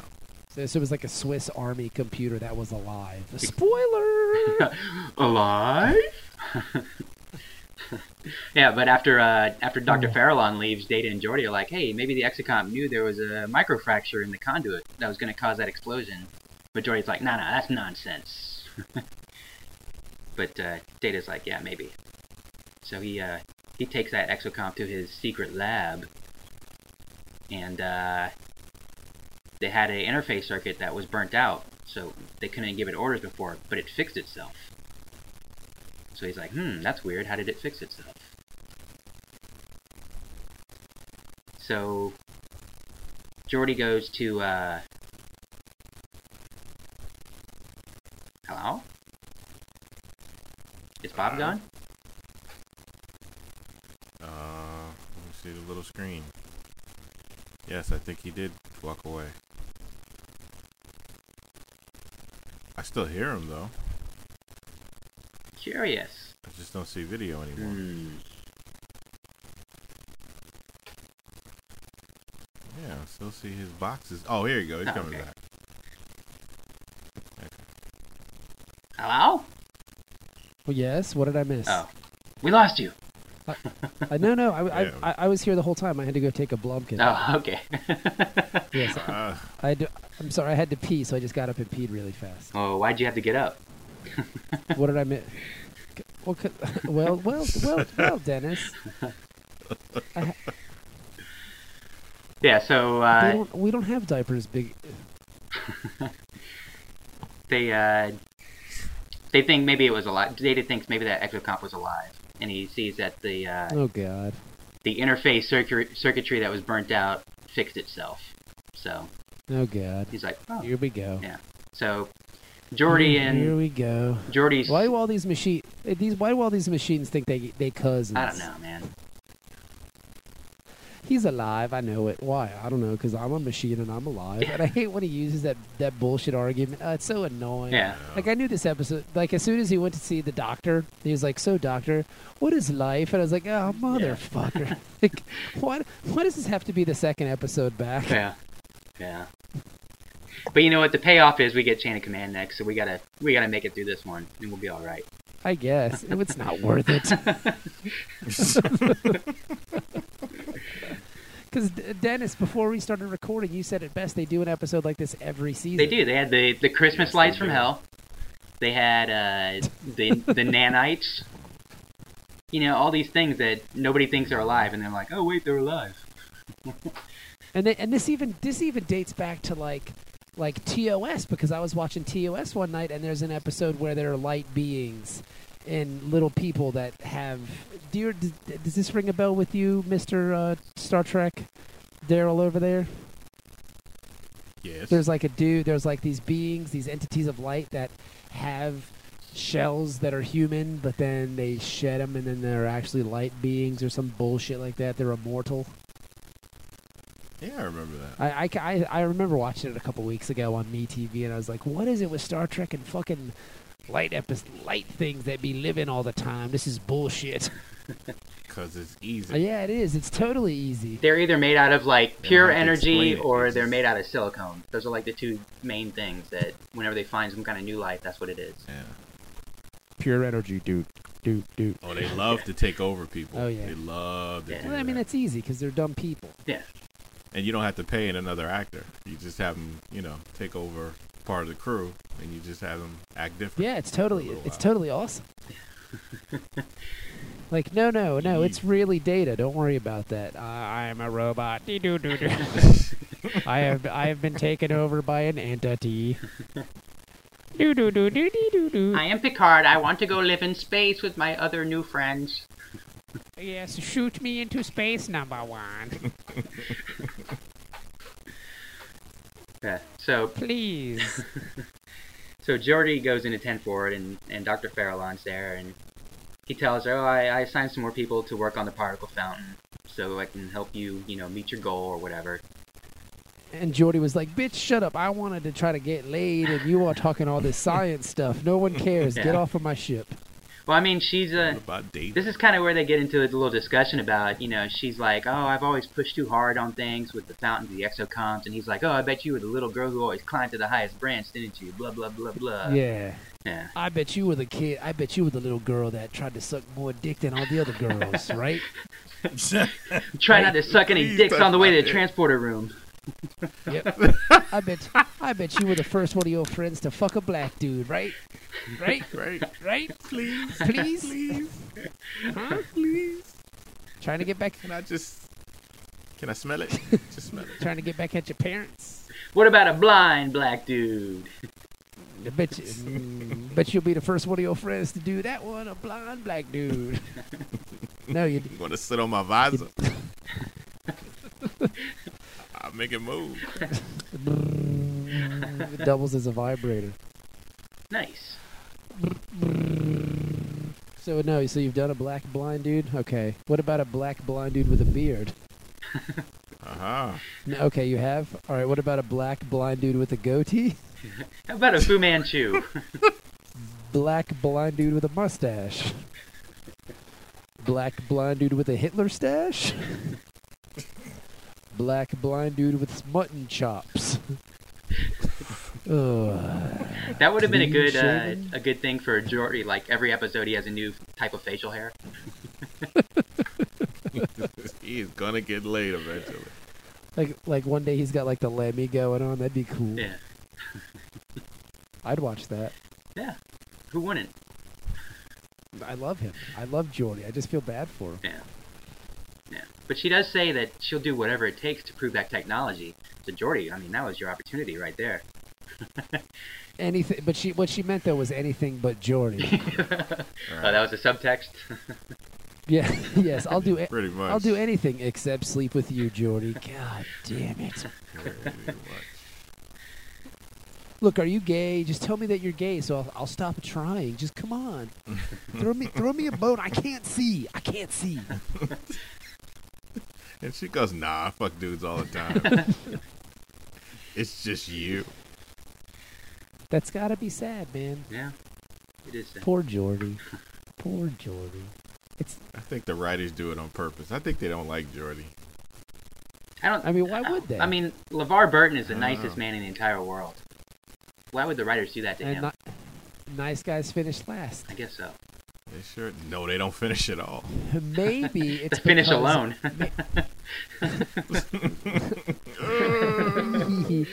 S2: So, so it was like a Swiss Army computer that was alive. Spoiler.
S3: Alive? yeah, but after uh, after Dr. Farallon leaves, Data and Jordy are like, hey, maybe the Exocomp knew there was a microfracture in the conduit that was going to cause that explosion. But Jordy's like, nah, nah, that's nonsense. but uh, Data's like, yeah, maybe. So he uh, he takes that Exocomp to his secret lab, and uh, they had an interface circuit that was burnt out, so they couldn't give it orders before, but it fixed itself. So he's like, hmm, that's weird. How did it fix itself? So Jordy goes to, uh. Hello? Is Bob
S4: Hello?
S3: gone?
S4: Uh, let me see the little screen. Yes, I think he did walk away. I still hear him though.
S3: Curious.
S4: I just don't see video anymore.
S3: Hmm.
S4: Yeah, I still see his boxes. Oh, here you go. He's
S3: Oh,
S4: coming
S3: okay.
S4: back.
S3: Hello?
S2: well, yes. What did I miss?
S3: Oh. We lost you.
S2: Uh, no, no. I,
S4: Yeah.
S2: I, I, I was here the whole time. I had to go take a Blumpkin.
S3: Oh, okay.
S2: Yes.
S4: Uh,
S2: I had to, I'm sorry. I had to pee, so I just got up and peed really fast.
S3: oh, why'd you have to get up?
S2: what did I miss? Well, c- well, well, well, well, Dennis.
S3: Yeah, so,
S2: They
S3: uh,
S2: don't, we don't have diapers big.
S3: they uh, they think maybe it was alive. Data thinks maybe that exocomp was alive, and he sees that the uh,
S2: Oh God.
S3: the interface circuit circuitry that was burnt out fixed itself. So
S2: Oh God.
S3: he's like, oh.
S2: Here we go.
S3: Yeah. So Jordy
S2: Here
S3: and
S2: we go.
S3: Jordy's.
S2: Why do all these machine eh, these Why do all these machines think they they cousins?
S3: I don't know, man.
S2: He's alive. I know it. Why? I don't know. Because I'm a machine and I'm alive. And I hate when he uses that that bullshit argument. Uh, it's so annoying.
S3: Yeah.
S2: Like I knew this episode. Like as soon as he went to see the doctor, he was like, "So doctor, what is life?" And I was like, "Oh motherfucker! like, what? Why does this have to be the second episode back?"
S3: Yeah. Yeah. But you know what? The payoff is we get chain of command next, so we gotta we gotta make it through this one, and we'll be all right.
S2: I guess it, it's not worth it.
S4: Uh,
S2: Because Dennis, before we started recording, you said it best. They do an episode like this every season.
S3: They do. They had the the Christmas
S4: Yes, they
S3: lights from
S4: do.
S3: hell. They had uh, the the nanites. You know, all these things that nobody thinks are alive, and they're like, oh wait, they're alive.
S2: and they, and this even this even dates back to like like TOS because I was watching TOS one night and there's an episode where there are light beings and little people that have. Dear, d- d- does this ring a bell with you, Mister uh, Star Trek? Daryl over there.
S4: yes.
S2: There's like a dude. There's like these beings, these entities of light that have shells that are human, but then they shed them, and then they're actually light beings or some bullshit like that. They're immortal.
S4: yeah, I remember that.
S2: I, I, ca- I, I remember watching it a couple weeks ago on MeTV, and I was like, what is it with Star Trek and fucking light episodes, light things that be living all the time? This is bullshit. Uh,
S4: Cause it's easy.
S2: Oh, yeah, it is. It's totally easy.
S3: They're either made out of like
S4: don't
S3: pure
S4: have to explain
S3: energy,
S4: it,
S3: or
S4: it's
S3: they're
S4: just-
S3: made out of silicone. Those are like the two main things that whenever they find some kind of new life, that's what it is.
S4: Yeah.
S2: Pure energy, dude. Dude, dude.
S4: Oh, they love to take over people.
S2: Oh, yeah.
S4: They love to
S3: Yeah.
S4: do
S2: Well, I mean,
S4: that.
S2: that's easy because they're dumb people.
S3: Yeah.
S4: and you don't have to pay another actor. You just have them, you know, take over part of the crew, and you just have them act different.
S2: Yeah, it's totally
S4: little
S2: it's
S4: while.
S2: totally awesome. like no, no, no, it's really data. Don't worry about that. I, I am a robot. Dee-doo-doo-doo. I have I have been taken over by an entity. Do do do
S4: Hmm.
S2: do do do do.
S3: I am Picard. I want to go live in space with my other new friends.
S2: Yes, shoot me into space, number one.
S3: Yeah. So
S2: Please.
S3: so Jordy goes into ten forward, and and Doctor Farallon's there, and he tells her, "Oh, I, I assigned some more people to work on the particle fountain, so I can help you, you know, meet your goal or whatever."
S2: And Jordy was like, "Bitch, shut up! I wanted to try to get laid, and you are talking all this science stuff. No one cares. Get
S3: Yeah.
S2: off of my ship."
S3: Well, I mean, she's
S4: What
S3: a.
S4: about dating?
S3: This is kind of where they get into a little discussion about, you know, she's like, "Oh, I've always pushed too hard on things with the fountain, the exocomps," and he's like, "Oh, I bet you were the little girl who always climbed to the highest branch, didn't you?" Blah blah blah blah.
S2: yeah.
S3: Yeah.
S2: I bet you were the kid. I bet you were the little girl that tried to suck more dick than all the other girls, right?
S3: Try not to suck any
S4: Please
S3: dicks
S4: don't
S3: on the way to
S4: stop
S3: the
S4: it.
S3: transporter room.
S2: Yep. I bet. I bet you were the first one of your friends to fuck a black dude, right? Right?
S4: right?
S2: Right?
S4: Please,
S2: Please?
S4: please,
S2: Huh?
S4: please.
S2: Trying to get back.
S4: Can I just? Can I smell it? Just smell it.
S2: Trying to get back at your parents.
S3: What about a blind black dude?
S2: I bet you. mm, bet you'll be the first one of your friends to do that one. A blind black dude. no, you.
S4: You want to sit on my visor? I'll make it move.
S2: it doubles as a vibrator.
S3: Nice.
S2: So no, so you've done a black blind dude. Okay, what about a black blind dude with a beard?
S4: Uh huh.
S2: No, okay, you have. All right, what about a black blind dude with a goatee?
S3: How about a Fu Manchu?
S2: Black blind dude with a mustache. Black blind dude with a Hitler stash. Black blind dude with mutton chops. Ugh.
S3: That would have been a
S2: Clean
S3: good uh,
S2: shaven?
S3: a good thing for Jordy. Like every episode, he has a new type of facial hair.
S4: He's gonna get laid eventually.
S3: Oh,
S2: Like, like one day he's got like the Lemmy going on. That'd be cool.
S3: Yeah,
S2: I'd watch that.
S3: yeah. Who wouldn't?
S2: I love him. I love Jordy. I just feel bad for him.
S3: Yeah, yeah. But she does say that she'll do whatever it takes to prove that technology. So Jordy, I mean, that was your opportunity right there.
S2: Anything, but she what she meant though was anything but Jordy.
S3: Oh, that was a subtext.
S2: yeah. Yes, I'll do. A-
S4: Pretty much.
S2: I'll do anything except sleep with you, Jordy. God damn it.
S4: Pretty much.
S2: Look, are you gay? Just tell me that you're gay, so I'll, I'll stop trying. Just come on. throw me, throw me a bone. I can't see. I can't see.
S4: And she goes, "Nah, I fuck dudes all the time. it's just you."
S2: That's gotta be sad, man.
S3: yeah, it is. uh, That.
S2: Poor Jordy. Poor Jordy. It's.
S4: I think the writers do it on purpose. I think they don't like Jordy.
S3: I don't.
S2: I mean, why would they? Uh-huh.
S3: I mean, LeVar Burton is the
S4: I don't
S3: nicest
S4: know.
S3: man in the entire world. Why would the writers do that to
S2: and
S3: him?
S2: not, nice guys finish last.
S3: I guess so.
S4: They sure no, they don't finish at all.
S2: Maybe it's
S3: the finish
S2: because-
S3: alone.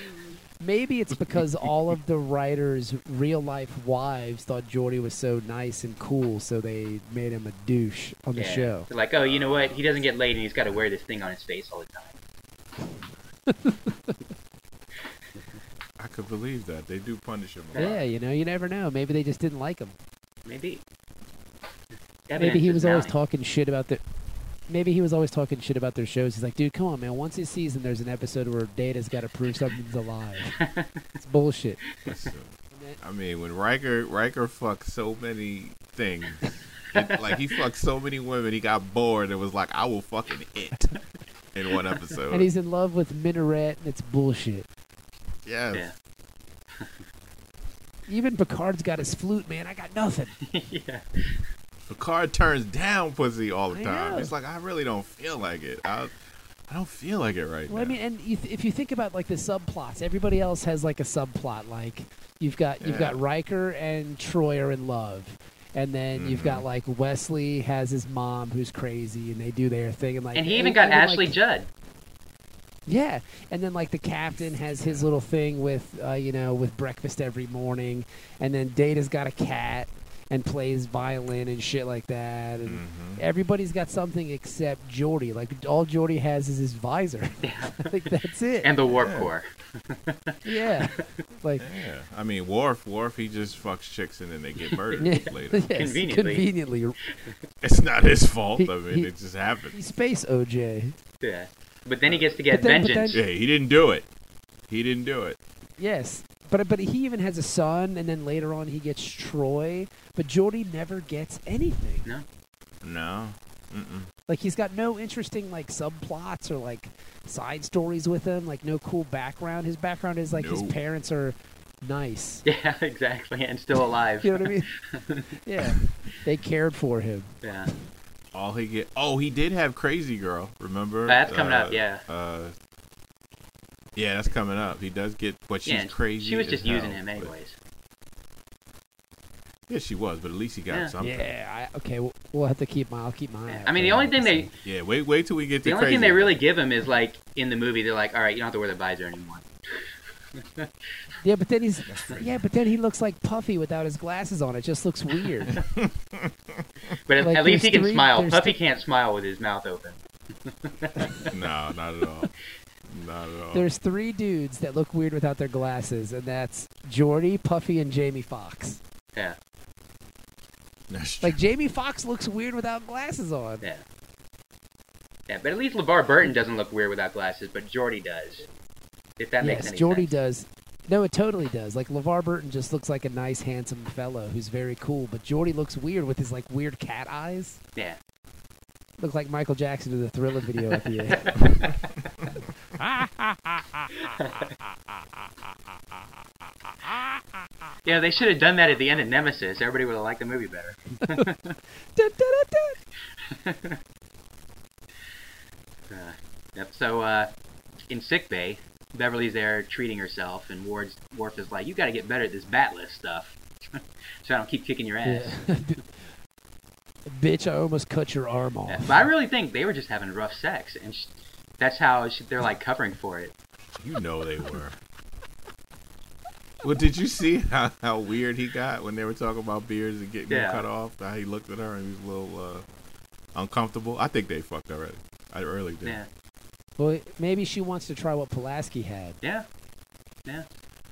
S2: Maybe it's because all of the writers' real life wives thought Jordy was so nice and cool, so they made him a douche on the
S3: Yeah.
S2: show.
S3: They're like, oh, you know what? He doesn't get laid, and he's got to wear this thing on his face all the time.
S4: I could believe that they do punish him. A lot.
S2: Yeah, you know, you never know. Maybe they just didn't like him.
S3: Maybe.
S2: Maybe
S3: Evidence
S2: he
S3: is
S2: was always
S3: mounting.
S2: talking shit about the. Maybe he was always talking shit about their shows. He's like, dude, come on, man. Once a season, there's an episode where Data's got to prove something's alive. it's bullshit.
S4: That's true. I mean, when Riker Riker fucked so many things, it, like he fucked so many women, he got bored and was like, "I will fucking it." In one episode,
S2: And he's in love with Minaret, and it's bullshit.
S4: yes.
S3: Yeah.
S2: Even Picard's got his flute, man. I got nothing.
S4: Picard turns down pussy all the
S2: I
S4: time.
S2: know.
S4: He's like, I really don't feel like it. I, I don't feel like it right
S2: Well, I
S4: now.
S2: mean, and you th- if you think about like the subplots, everybody else has like a subplot. Like you've got you've
S4: Yeah.
S2: got Riker and Troy are in love, and then you've got like Wesley has his mom who's crazy, and they do their thing, and like
S3: And he even got Ashley
S2: like-
S3: Judd.
S2: yeah, and then like the captain has his little thing with uh, you know with breakfast every morning, and then Data's got a cat, and plays violin and shit like that. And everybody's got something except Jordy. Like all Jordy has is his visor. like that's it.
S3: and the Warp Core.
S2: yeah. Like
S4: Yeah, I mean, Worf, Worf, he just fucks chicks and then they get
S2: yeah,
S4: murdered later.
S2: yes,
S3: Conveniently.
S2: Conveniently.
S4: It's not his fault.
S2: He-
S4: I mean,
S2: he-
S4: it just happened.
S2: He's space OJ.
S3: Yeah. But then he gets to get
S2: But then- but
S3: vengeance.
S4: Yeah, he didn't do it. He didn't do it.
S2: Yes. But but he even has a son and then later on he gets Troy, but Jordy never gets anything.
S4: No. Mm-mm.
S2: Like he's got no interesting like subplots or like side stories with him, like no cool background. His background is like his
S4: No.
S2: parents are nice.
S3: yeah, exactly. And still alive.
S2: You know what I mean? yeah. They cared for him.
S3: yeah.
S4: All he get. Oh, he did have Crazy Girl. Remember?
S3: That's coming
S4: Uh,
S3: up, yeah.
S4: Uh, yeah, that's coming up. He does get, but she's
S3: yeah,
S4: crazy.
S3: She was
S4: as
S3: just using
S4: hell,
S3: him
S4: but-
S3: anyways.
S4: Yeah, she was, but at least he got
S3: Yeah.
S4: something.
S2: Yeah. I, okay. We'll, we'll have to keep my. I'll keep my. eye
S3: Yeah.
S2: out
S3: I mean,
S2: for
S3: the
S2: that,
S3: only thing they
S2: so.
S4: Yeah, wait, wait till we get to
S3: the only thing
S4: Crazy
S3: they
S4: Girl.
S3: really give him is like in the movie they're like, all right, you don't have to wear the visor anymore.
S2: Yeah, but then he's. Yeah, but then he looks like Puffy without his glasses on. It just looks weird.
S3: But at,
S2: Like,
S3: at least he
S2: there's
S3: can
S2: three-
S3: smile.
S2: there's
S3: Puffy can't smile with his mouth open.
S4: No, not at all. Not at all.
S2: There's three dudes that look weird without their glasses, and that's Jordy, Puffy, and Jamie Foxx.
S3: Yeah,
S4: That's true.
S2: Like Jamie Foxx looks weird without glasses on.
S3: yeah, yeah. But at least LeVar Burton doesn't look weird without glasses, but Jordy does. If that makes
S2: yes,
S3: any
S2: Jordy
S3: sense.
S2: does. No, it totally does. Like LeVar Burton just looks like a nice, handsome fellow who's very cool, but Jordy looks weird with his like weird cat eyes.
S3: Yeah,
S2: Look like Michael Jackson in the Thriller video at the end.
S3: yeah. They should have done that at the end of Nemesis. Everybody would have liked the movie better.
S2: Dun, dun, dun, dun.
S3: Yep. So uh, in sick bay, Beverly's there treating herself, and Ward's Worf is like, "You got to get better at this bat list stuff, so I don't keep kicking your ass."
S2: Yeah. Bitch, I almost cut your arm off.
S3: Yeah, But I really think they were just having rough sex, and sh- that's how sh- they're like covering for it.
S4: You know they were. well, did you see how, how weird he got when they were talking about beards and getting them
S3: Yeah.
S4: cut off? How he looked at her and he was a little uh, uncomfortable. I think they fucked already. I really did.
S3: Yeah,
S2: Well, maybe she wants to try what Pulaski had.
S3: yeah,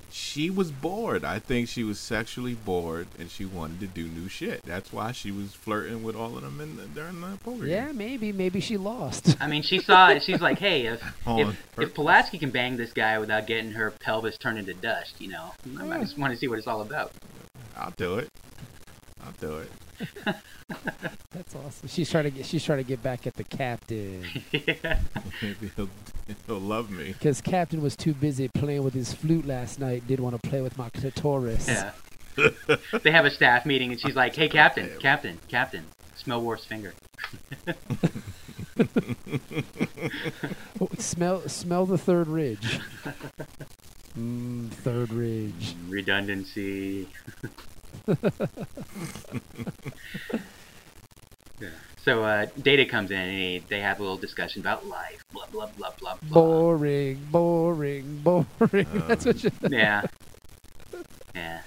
S4: She was bored. I think she was sexually bored and she wanted to do new shit. That's why she was flirting with all of them in the, during the program.
S2: Yeah, maybe. Maybe she lost.
S3: I mean, she saw it. She's like, "Hey, if
S4: On
S3: if,
S4: purpose.
S3: if Pulaski can bang this guy without getting her pelvis turned into dust, you know, I might just want to see what it's all about."
S4: I'll do it. I'll do it.
S2: That's awesome. She's trying to get. She's trying to get back at the captain
S4: Maybe he'll, he'll love me.
S2: because captain was too busy playing with his flute last night. Did want to play with my clitoris.
S3: Yeah. they have a staff meeting, and she's like, "Hey, Captain, Captain, Captain, smell Worf's finger."
S2: Oh, smell, smell the third ridge. mm, third ridge.
S3: Redundancy. yeah. So uh, Data comes in, and he, they have a little discussion about life. Blah blah blah blah blah.
S2: Boring, boring, boring. That's what you.
S3: yeah. Yeah.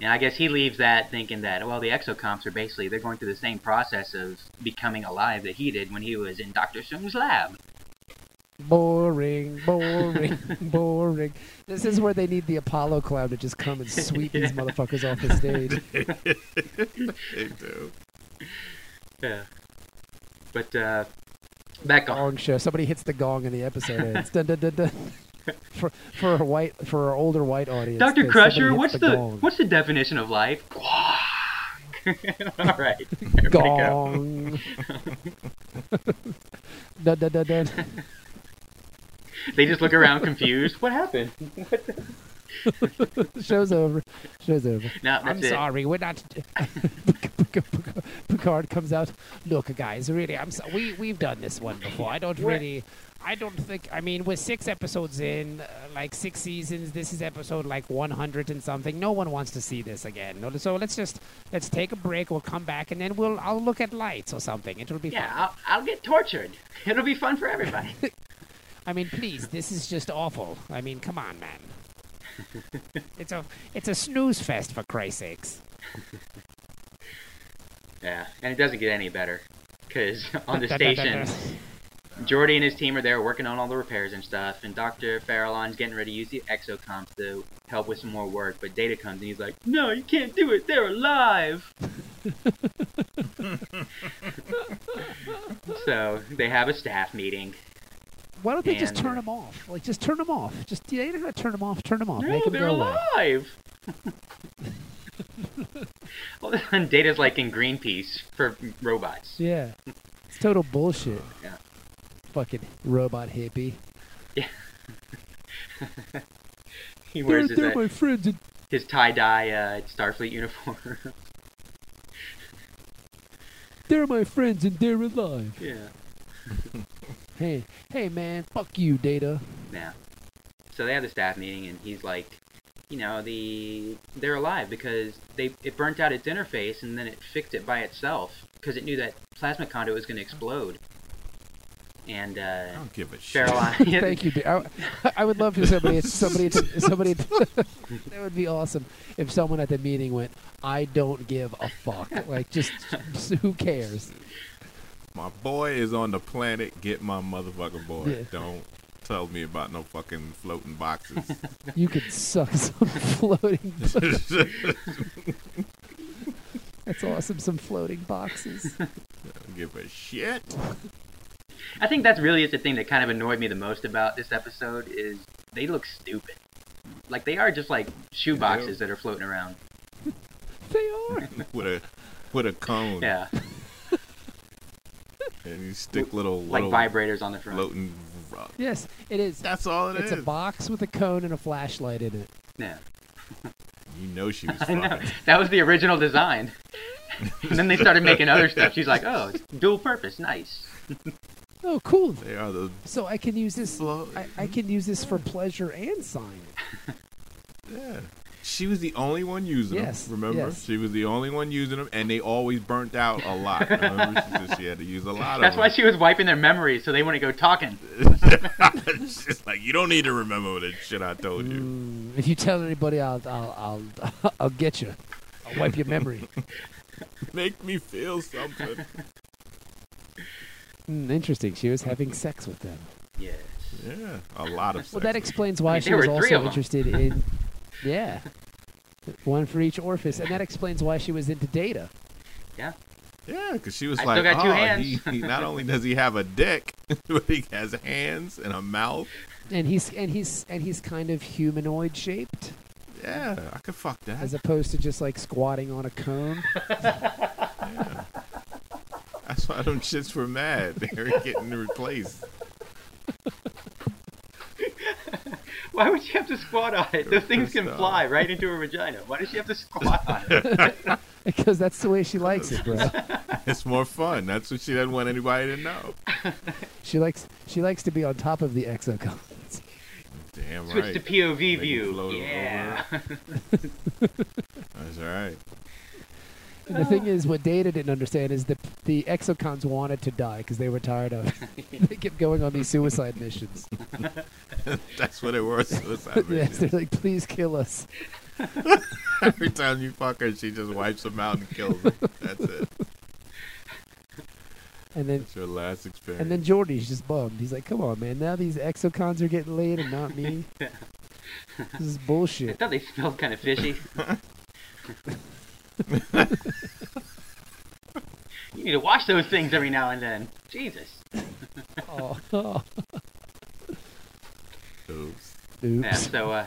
S3: Yeah, I guess he leaves that thinking that well, the exocomps are basically they're going through the same process of becoming alive that he did when he was in Doctor Soong's lab.
S2: Boring, boring, boring. This is where they need the Apollo clown to just come and sweep these motherfuckers off the stage.
S4: They do.
S3: Yeah. But uh, back on.
S2: Gong show. Somebody hits the gong and the episode ends. Dun, dun, dun, dun. For for a white for our older white audience.
S3: Doctor
S2: there's
S3: Crusher,
S2: somebody hits
S3: what's the,
S2: gong?
S3: what's the definition of life? All right.
S2: gong? dun, dun, dun, dun.
S3: They just look around confused. What happened?
S2: Show's over. Show's over.
S3: No, that's
S2: I'm
S3: it.
S2: sorry, we're not. Picard comes out. Look, guys, really, I'm so, we we've done this one before. I don't
S3: We're-
S2: really, I don't think. I mean, we're six episodes in, uh, like six seasons. This is episode like 100 and something. No one wants to see this again. No, So let's just let's take a break. We'll come back and then we'll I'll look at lights or something. It'll be
S3: Yeah, I'll, I'll get tortured. It'll be fun for everybody.
S2: I mean, please, this is just awful. I mean, come on, man. it's a it's a snooze fest for Christ's sakes.
S3: Yeah, and it doesn't get any better because on the station, Jordy and his team are there working on all the repairs and stuff, and Doctor Farallon's getting ready to use the exocomps to help with some more work. But Data comes and he's like, "No, you can't do it. They're alive." so they have a staff meeting.
S2: Why don't they just
S3: And-
S2: turn them off? Like, just turn them off. Just you know how to turn them off. Turn them off. Make
S3: No,
S2: them
S3: they're
S2: go away.
S3: alive. All of a sudden, Data's like in Greenpeace for robots.
S2: Yeah, it's total bullshit.
S3: Yeah.
S2: Fucking robot hippie.
S3: He
S2: they're
S3: wears his,
S2: they're
S3: uh,
S2: my friends. and-
S3: his tie-dye uh, Starfleet uniform.
S2: They're my friends, and they're alive.
S3: yeah.
S2: Hey, hey, man, fuck you, Data.
S3: Yeah. So they had the staff meeting, and he's like, you know, the they're alive because they it burnt out its interface, and then it fixed it by itself because it knew that plasma conduit was going to explode. And
S4: I
S3: uh,
S4: don't give a shit.
S3: Caroline,
S2: Oh, Thank you. Da- I, I would love for somebody, somebody, somebody. that would be awesome if someone at the meeting went, "I don't give a fuck." Like, just who cares?
S4: My boy is on the planet. Get my motherfucking boy.
S2: Yeah.
S4: Don't tell me about no fucking floating boxes.
S2: You could suck some floating. That's awesome. Some floating boxes.
S4: Don't give a shit.
S3: I think that's really is the thing that kind of annoyed me the most about this episode is they look stupid. Like they are just like shoe
S4: do.
S3: boxes that are floating around.
S2: They are.
S4: With a with a cone.
S3: Yeah,
S4: And you stick little
S3: like
S4: little
S3: vibrators on the front.
S4: floating. rock.
S2: Yes, it is.
S4: That's all it
S2: it's a
S4: is.
S2: box with a cone and a flashlight in it.
S3: Yeah.
S4: you know she was
S3: I
S4: fucking.
S3: know. That was the original design. and then they started making other stuff. She's like, oh, it's dual purpose. Nice.
S2: Oh, cool.
S4: They are the
S2: So I can use this.
S4: float.
S2: I, I can use this for pleasure and sign.
S4: Yeah. She was the only one using
S2: Yes,
S4: them. Remember,
S2: yes.
S4: she was the only one using them, and they always burnt out a lot. Remember, she, said she had to use a lot
S3: That's
S4: of
S3: why
S4: them.
S3: she was wiping their memories so they wouldn't go talking.
S4: It's just like you don't need to remember the shit I told you.
S2: Ooh, Mm, if you tell anybody, I'll I'll I'll, I'll get you. I'll wipe your memory.
S4: Make me feel something.
S2: Hmm, interesting. She was having sex with them.
S3: Yes.
S4: Yeah, a lot of. Sex.
S2: Well, that explains why
S3: mean,
S2: she
S3: there
S2: was
S3: were three
S2: also
S3: of 'em.
S2: interested in. Yeah. One for each orifice, and that explains why she was into data.
S4: yeah, because she was
S3: I
S4: like,
S3: still got two
S4: oh,
S3: hands."
S4: He, he not only does he have a dick, but he has hands and a mouth.
S2: And he's and he's and he's kind of humanoid shaped,
S4: Yeah, I could fuck that.
S2: as opposed to just like squatting on a cone.
S4: That's why them shits were mad. They were getting replaced.
S3: Why would she have to squat on it? Those things can
S4: Pissed off.
S3: fly right into her vagina. Why does she have to squat on it?
S2: Because that's the way she likes it, bro.
S4: It's more fun. That's what she doesn't want anybody to know.
S2: She likes she likes to be on top of the exocons.
S4: Damn
S3: Switch
S4: right.
S3: to POV
S4: Make it
S3: view.
S4: float
S3: Yeah.
S4: That's right.
S2: And the thing is, what Data didn't understand is that the exocons wanted to die because they were tired of. they kept going on these suicide missions.
S4: That's what it was. Suicide
S2: yes,
S4: mission.
S2: they're like, please kill us.
S4: Every time you fuck her, she just wipes them out and kills them. That's it.
S2: And then
S4: That's your last experience.
S2: and then Jordy's just bummed. He's like, come on, man. Now these exocons are getting laid and not me. this is
S3: I
S2: bullshit.
S3: thought they smelled kind of fishy. you need to wash those things every now and then. Jesus.
S2: Oh, oh.
S4: Oops.
S2: Oops.
S3: Yeah, so uh,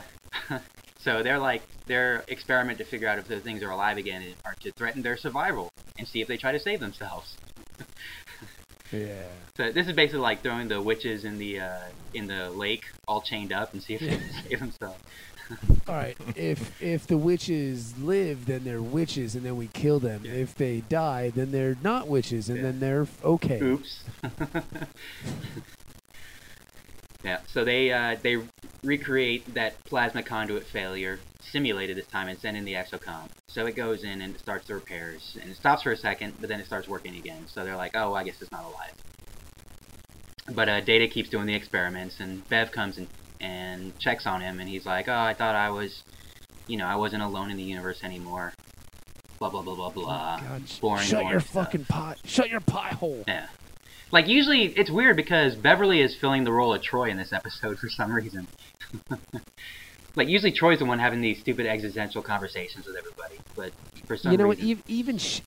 S3: so they're like their experiment to figure out if those things are alive again is- are to threaten their survival and see if they try to save themselves.
S2: Yeah.
S3: So this is basically like throwing the witches in the uh, in the lake all chained up and see if they can save themselves.
S2: All right. If if the witches live, then they're witches, and then we kill them.
S3: Yeah.
S2: If they die, then they're not witches, and
S3: Yeah.
S2: then they're f- okay.
S3: Oops. yeah. So they uh, they recreate that plasma conduit failure, simulated this time, and send in the exocom. So it goes in and it starts the repairs, and it stops for a second, but then it starts working again. So they're like, oh, well, I guess it's not alive. But uh, Data keeps doing the experiments, and Bev comes and and checks on him, and he's like, oh, I thought I was, you know, I wasn't alone in the universe anymore. blah blah blah blah blah.
S2: Oh, God, sh-
S3: boring,
S2: shut
S3: boring
S2: your
S3: stuff.
S2: fucking pie. Shut your pie hole.
S3: Yeah. Like usually it's weird because Beverly is filling the role of Troy in this episode for some reason. like usually Troy's the one having these stupid existential conversations with everybody, but for some
S2: you know what?
S3: reason,
S2: Even, even sh-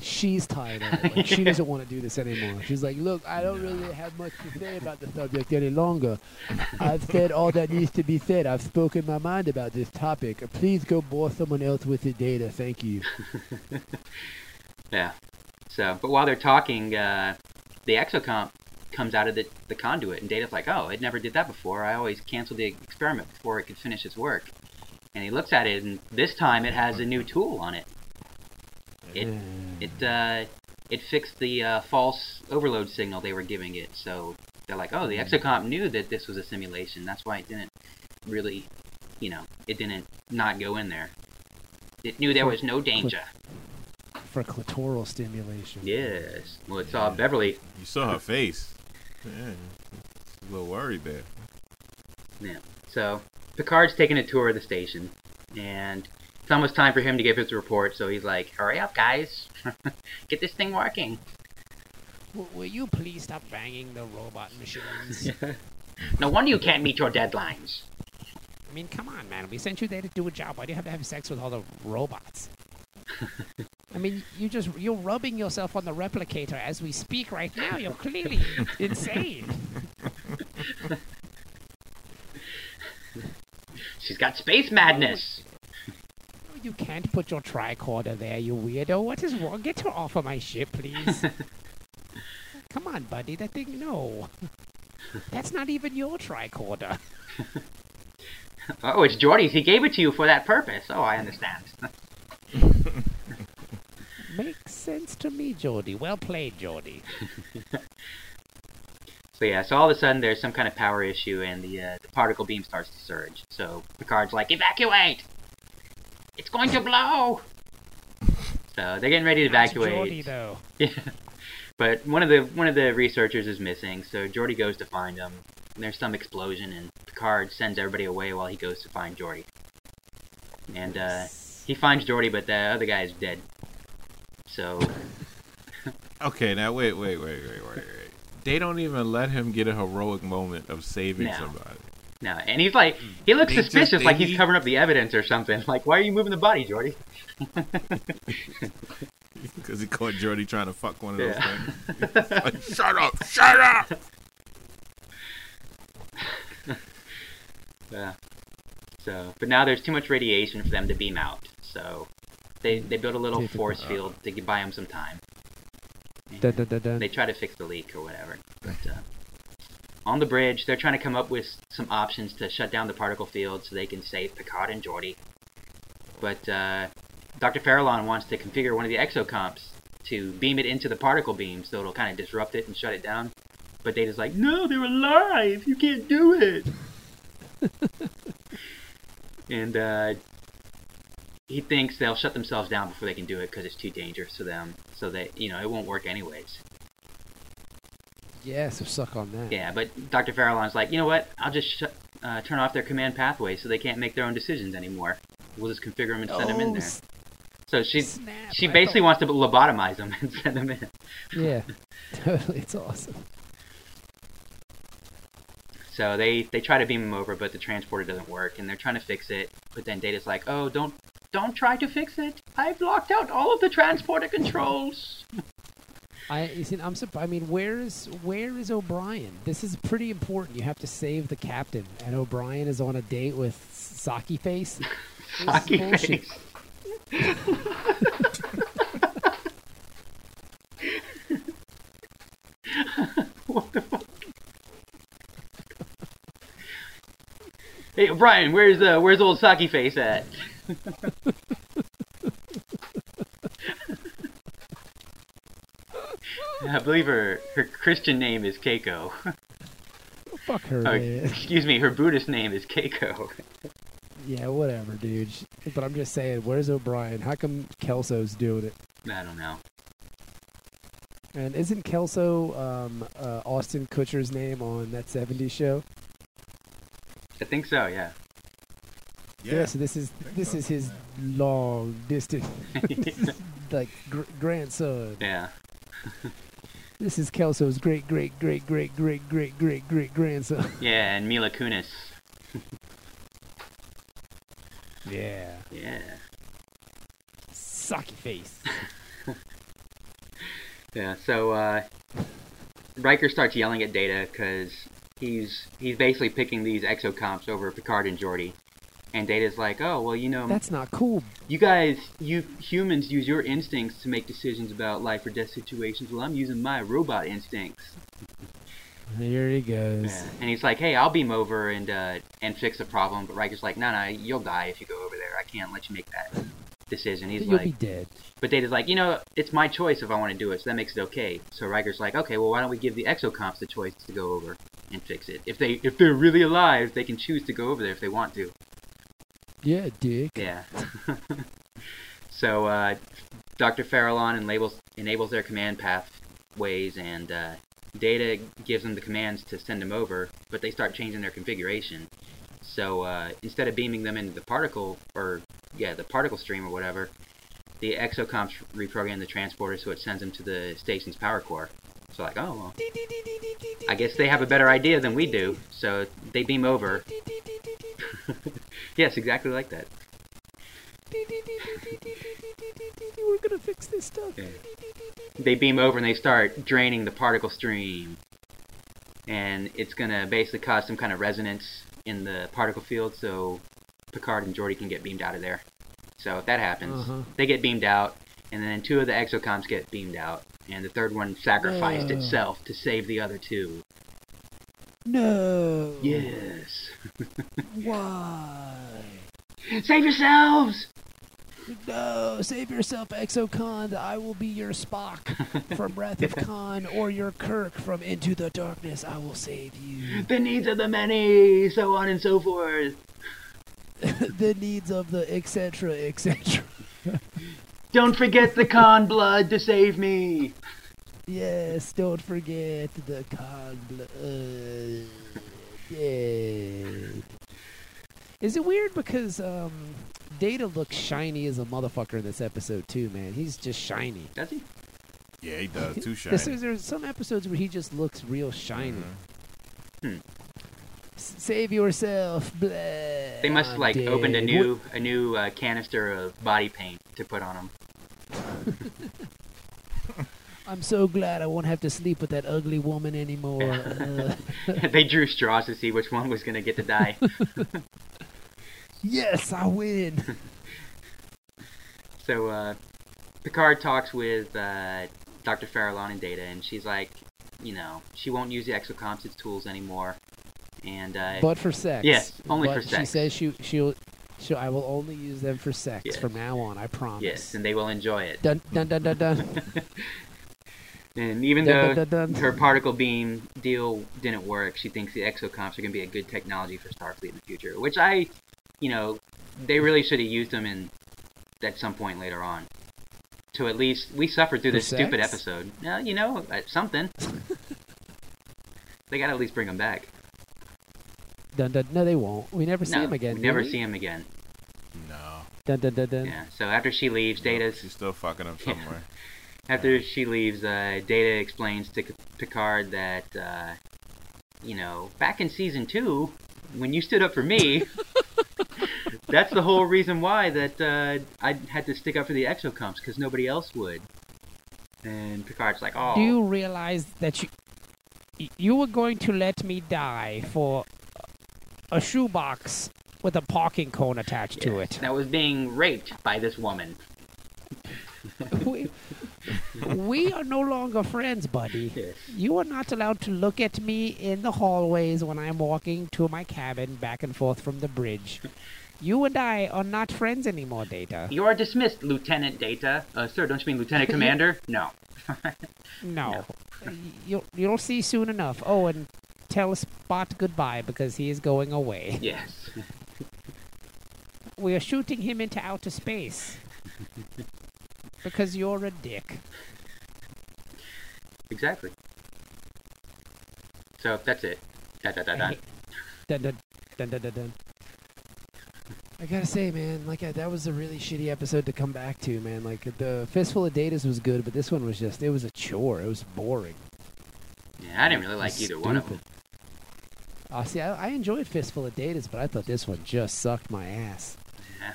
S2: she's tired of it. Like, She doesn't want to do this anymore. She's like, look, I don't really have much to say about the subject any longer. I've said all that needs to be said. I've spoken my mind about this topic. Please go bore someone else with the data. Thank you.
S3: yeah. So, but while they're talking, uh, the exocomp comes out of the, the conduit, and Data's like, "Oh, it never did that before. I always canceled the experiment before it could finish its work." And he looks at it, and this time it has a new tool on it. It it uh, it fixed the uh, false overload signal they were giving it. So they're like, oh, the exocomp knew that this was a simulation. That's why it didn't really, you know, it didn't not go in there. It knew there was no danger.
S2: For clitoral stimulation.
S3: Yes. Well, it saw Beverly.
S4: You saw her face. Yeah, a little worried there.
S3: Yeah. So Picard's taking a tour of the station, and it's almost time for him to give his report. So he's like, hurry up, guys, get this thing working.
S2: W- will you please stop banging the robot machines?
S3: No wonder you can't meet your deadlines.
S2: I mean, come on, man. We sent you there to do a job. Why do you have to have sex with all the robots? I mean, you just you're rubbing yourself on the replicator as we speak right now. You're clearly insane.
S3: She's got space madness.
S2: You can't put your tricorder there, you weirdo. What is wrong? Get her off of my ship, please. come on, buddy. That thing, no. That's not even your tricorder.
S3: Oh, it's Jordy's. He gave it to you for that purpose. Oh, I understand.
S2: Makes sense to me, Jordy. Well played, Jordy.
S3: so yeah, so all of a sudden there's some kind of power issue, and the uh, the particle beam starts to surge. So Picard's like, "Evacuate! It's going to blow!" so they're getting ready to
S2: Jordy,
S3: evacuate.
S2: though.
S3: But one of the one of the researchers is missing, so Jordy goes to find him. And there's some explosion, and Picard sends everybody away while he goes to find Jordy. And uh, he finds Jordy, but the other guy is dead. So
S4: Okay, now wait, wait, wait, wait, wait, wait. They don't even let him get a heroic moment of saving
S3: No.
S4: somebody.
S3: No, and he's like, he looks
S4: They just-
S3: suspicious, like
S4: they
S3: he's
S4: need-
S3: covering up the evidence or something. Like, why are you moving the body, Jordy?
S4: Because he caught Jordy trying to fuck one of
S3: Yeah.
S4: those things. Like, shut up! Shut up!
S3: Yeah. So, but now there's too much radiation for them to beam out. So, they they build a little
S2: Difficult.
S3: force field to g- buy him some time. And They try to fix the leak or whatever. But uh, on the bridge, they're trying to come up with s- some options to shut down the particle field so they can save Picard and Geordi. But uh, Dr. Farallon wants to configure one of the exocomps to beam it into the particle beam so it'll kind of disrupt it and shut it down. But Data's like, no, they're alive. You can't do it. and uh, he thinks they'll shut themselves down before they can do it because it's too dangerous to them. So that you know it won't work anyways.
S2: Yes, suck on that.
S3: Yeah, but Dr. Farallon's like, you know what? I'll just sh- uh, turn off their command pathway so they can't make their own decisions anymore. We'll just configure them and send them in there. So she
S2: Oh, snap.
S3: she
S2: I
S3: basically
S2: thought-
S3: wants to lobotomize them and send them in.
S2: Yeah, totally. It's awesome.
S3: So they they try to beam him over, but the transporter doesn't work, and they're trying to fix it. But then Data's like, oh, don't don't try to fix it. I blocked out all of the transporter controls.
S2: I you see, I'm surprised. I mean, where is where is O'Brien? This is pretty important. You have to save the captain, and O'Brien is on a date with Saki Face. This is
S3: Hockey
S2: bullshit.
S3: face. what the fuck? Hey, Brian, where's uh, where's old Saki face at? I believe her her Christian name is Keiko.
S2: Fuck her.
S3: Or,
S2: man.
S3: excuse me, her Buddhist name is Keiko.
S2: Yeah, whatever, dude. Sh- But I'm just saying, where's O'Brien? How come Kelso's doing it?
S3: I don't know.
S2: And isn't Kelso um, uh, Austin Kutcher's name on that '70s show?
S3: I think so, yeah.
S2: Yeah. so this is this is his long distance, like gr- grandson.
S3: Yeah.
S2: This is Kelso's great great great great great great great great grandson.
S3: Yeah, and Mila Kunis.
S2: Yeah,
S3: Yeah.
S2: sucky face.
S3: Yeah. So uh, Riker starts yelling at Data because he's he's basically picking these exocomps over Picard and Geordi, and Data's like, "Oh, well, you know,
S2: That's not cool.
S3: you guys, you humans use your instincts to make decisions about life or death situations. Well, I'm using my robot instincts."
S2: Here he goes.
S3: And he's like, "Hey, I'll beam over and uh, and fix the problem." But Riker's like, "No, no, you'll die if you go over there. I can't let you make that decision." He's
S2: You'll
S3: like,
S2: be dead.
S3: But Data's like, you know, it's my choice if I want to do it, so that makes it okay. So Riker's like, okay, well, why don't we give the exocomps the choice to go over and fix it? If they if they're really alive, they can choose to go over there if they want to.
S2: Yeah, dick.
S3: Yeah. so uh, Dr. Farallon enables enables their command pathways, and uh, Data gives them the commands to send them over, but they start changing their configuration. So uh, instead of beaming them into the particle, or yeah, the particle stream or whatever, the exocomps reprogram the transporter so it sends them to the station's power core. So like, oh, well, I guess they have a better idea than we do. So they beam over. yes, exactly like that.
S2: We're gonna fix this stuff.
S3: Yeah. they beam over and they start draining the particle stream. And it's going to basically cause some kind of resonance in the particle field so Picard and Geordi can get beamed out of there. So if that happens,
S2: Uh-huh.
S3: they get beamed out, and then two of the exocomps get beamed out, and the third one sacrificed
S2: No.
S3: itself to save the other two.
S2: No.
S3: Yes.
S2: Why?
S3: Save yourselves!
S2: No, save yourself, Exocon. I will be your Spock from Wrath of Khan or your Kirk from Into the Darkness. I will save you.
S3: The needs of the many, so on and so forth.
S2: the needs of the etc. etc.
S3: Don't forget the con blood to save me.
S2: Yes, don't forget the Khan blood. Yeah. Is it weird because um, Data looks shiny as a motherfucker in this episode too, man? He's just shiny.
S3: Does he?
S4: Yeah, he does. Too shiny.
S2: There's, there's some episodes where he just looks real shiny.
S4: Mm-hmm.
S3: Hmm.
S2: S- save yourself. Blah, they
S3: They must
S2: Uh,
S3: like opened a new a new uh, canister of body paint to put on him.
S2: I'm so glad I won't have to sleep with that ugly woman anymore. Uh,
S3: they drew straws to see which one was gonna get to die.
S2: yes, I win.
S3: so uh, Picard talks with uh, Dr. Farallon and Data, and she's like, you know, she won't use the exocomps as tools anymore. And uh,
S2: but for sex.
S3: Yes, only
S2: But
S3: for
S2: She
S3: sex.
S2: says she she'll, she'll I will only use them for sex
S3: Yes.
S2: from now on. I promise.
S3: yes, and they will enjoy it.
S2: Dun dun dun dun dun.
S3: And even
S2: Dun,
S3: though
S2: dun, dun, dun.
S3: her particle beam deal didn't work, she thinks the exocomps are going to be a good technology for Starfleet in the future. Which I, you know, they really should have used them in at some point later on. To at least we suffered through
S2: For
S3: this stupid
S2: sex?
S3: episode. Now you know uh, something. they got to at least bring them back.
S2: dun dun. No, they won't. We never see
S3: no,
S2: him again.
S3: we never
S2: do we?
S3: see him again.
S4: No.
S2: Dun dun dun dun.
S3: Yeah. So after she leaves, Data's
S4: She's still fucking him somewhere.
S3: After she leaves, uh, Data explains to C- Picard that, uh, you know, back in season two, when you stood up for me, that's the whole reason why that uh, I had to stick up for the exocomps because nobody else would. And Picard's like, oh,
S2: Do you realize that you y- you were going to let me die for a shoebox with a parking cone attached to it?
S3: that was being raped by this woman.
S2: we, we are no longer friends, buddy.
S3: Yes.
S2: You are not allowed to look at me in the hallways when I'm walking to my cabin back and forth from the bridge. You and I are not friends anymore, Data.
S3: You are dismissed, Lieutenant Data. Uh, sir, don't you mean Lieutenant Commander? No.
S2: No. Y- You'll, you'll see soon enough. Oh, and tell Spot goodbye because he is going away.
S3: Yes.
S2: We are shooting him into outer space. because you're a dick.
S3: Exactly. So that's it. Da, da, da,
S2: I
S3: da.
S2: hate- Dun, dun, dun, dun, dun, dun. I gotta say, man, like I, that was a really shitty episode to come back to, man. Like the fistful of datas was good, but this one was just it was a chore. It was boring.
S3: Yeah, I didn't really like either one of them.
S2: Oh, see, I, I enjoyed fistful of datas, but I thought this one just sucked my ass.
S3: Yeah.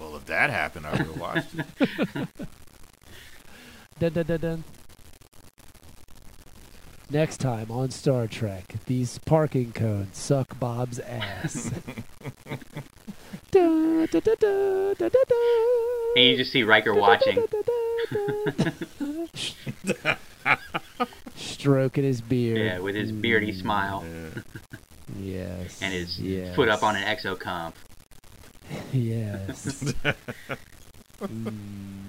S4: Well, if that happened, I would have watched it.
S2: Dun dun dun dun. Next time on Star Trek, these parking cones suck Bob's ass. Dun, dun, dun, dun, dun, dun, dun.
S3: And you just see Riker watching.
S2: Stroking his beard. Mm,
S3: Yeah, with his beardy smile
S4: Yeah.
S2: Yes.
S3: and his
S2: yes.
S3: foot up on an exocomp.
S2: Yes. Mm,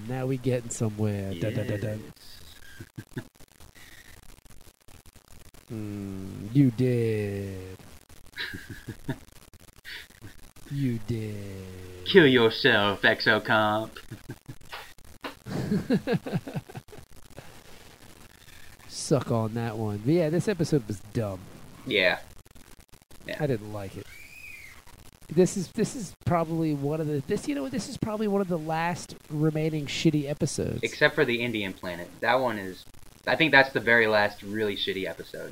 S2: now we getting somewhere. Dun, dun, dun, dun.
S3: Yes.
S2: Mm, you did. you did.
S3: Kill yourself, exocomp.
S2: Suck on that one. But yeah, this episode was dumb.
S3: Yeah.
S2: I didn't like it. This is this is probably one of the this you know what, this is probably one of the last remaining shitty episodes.
S3: Except for the Indian planet. That one is. I think that's the very last really shitty episode.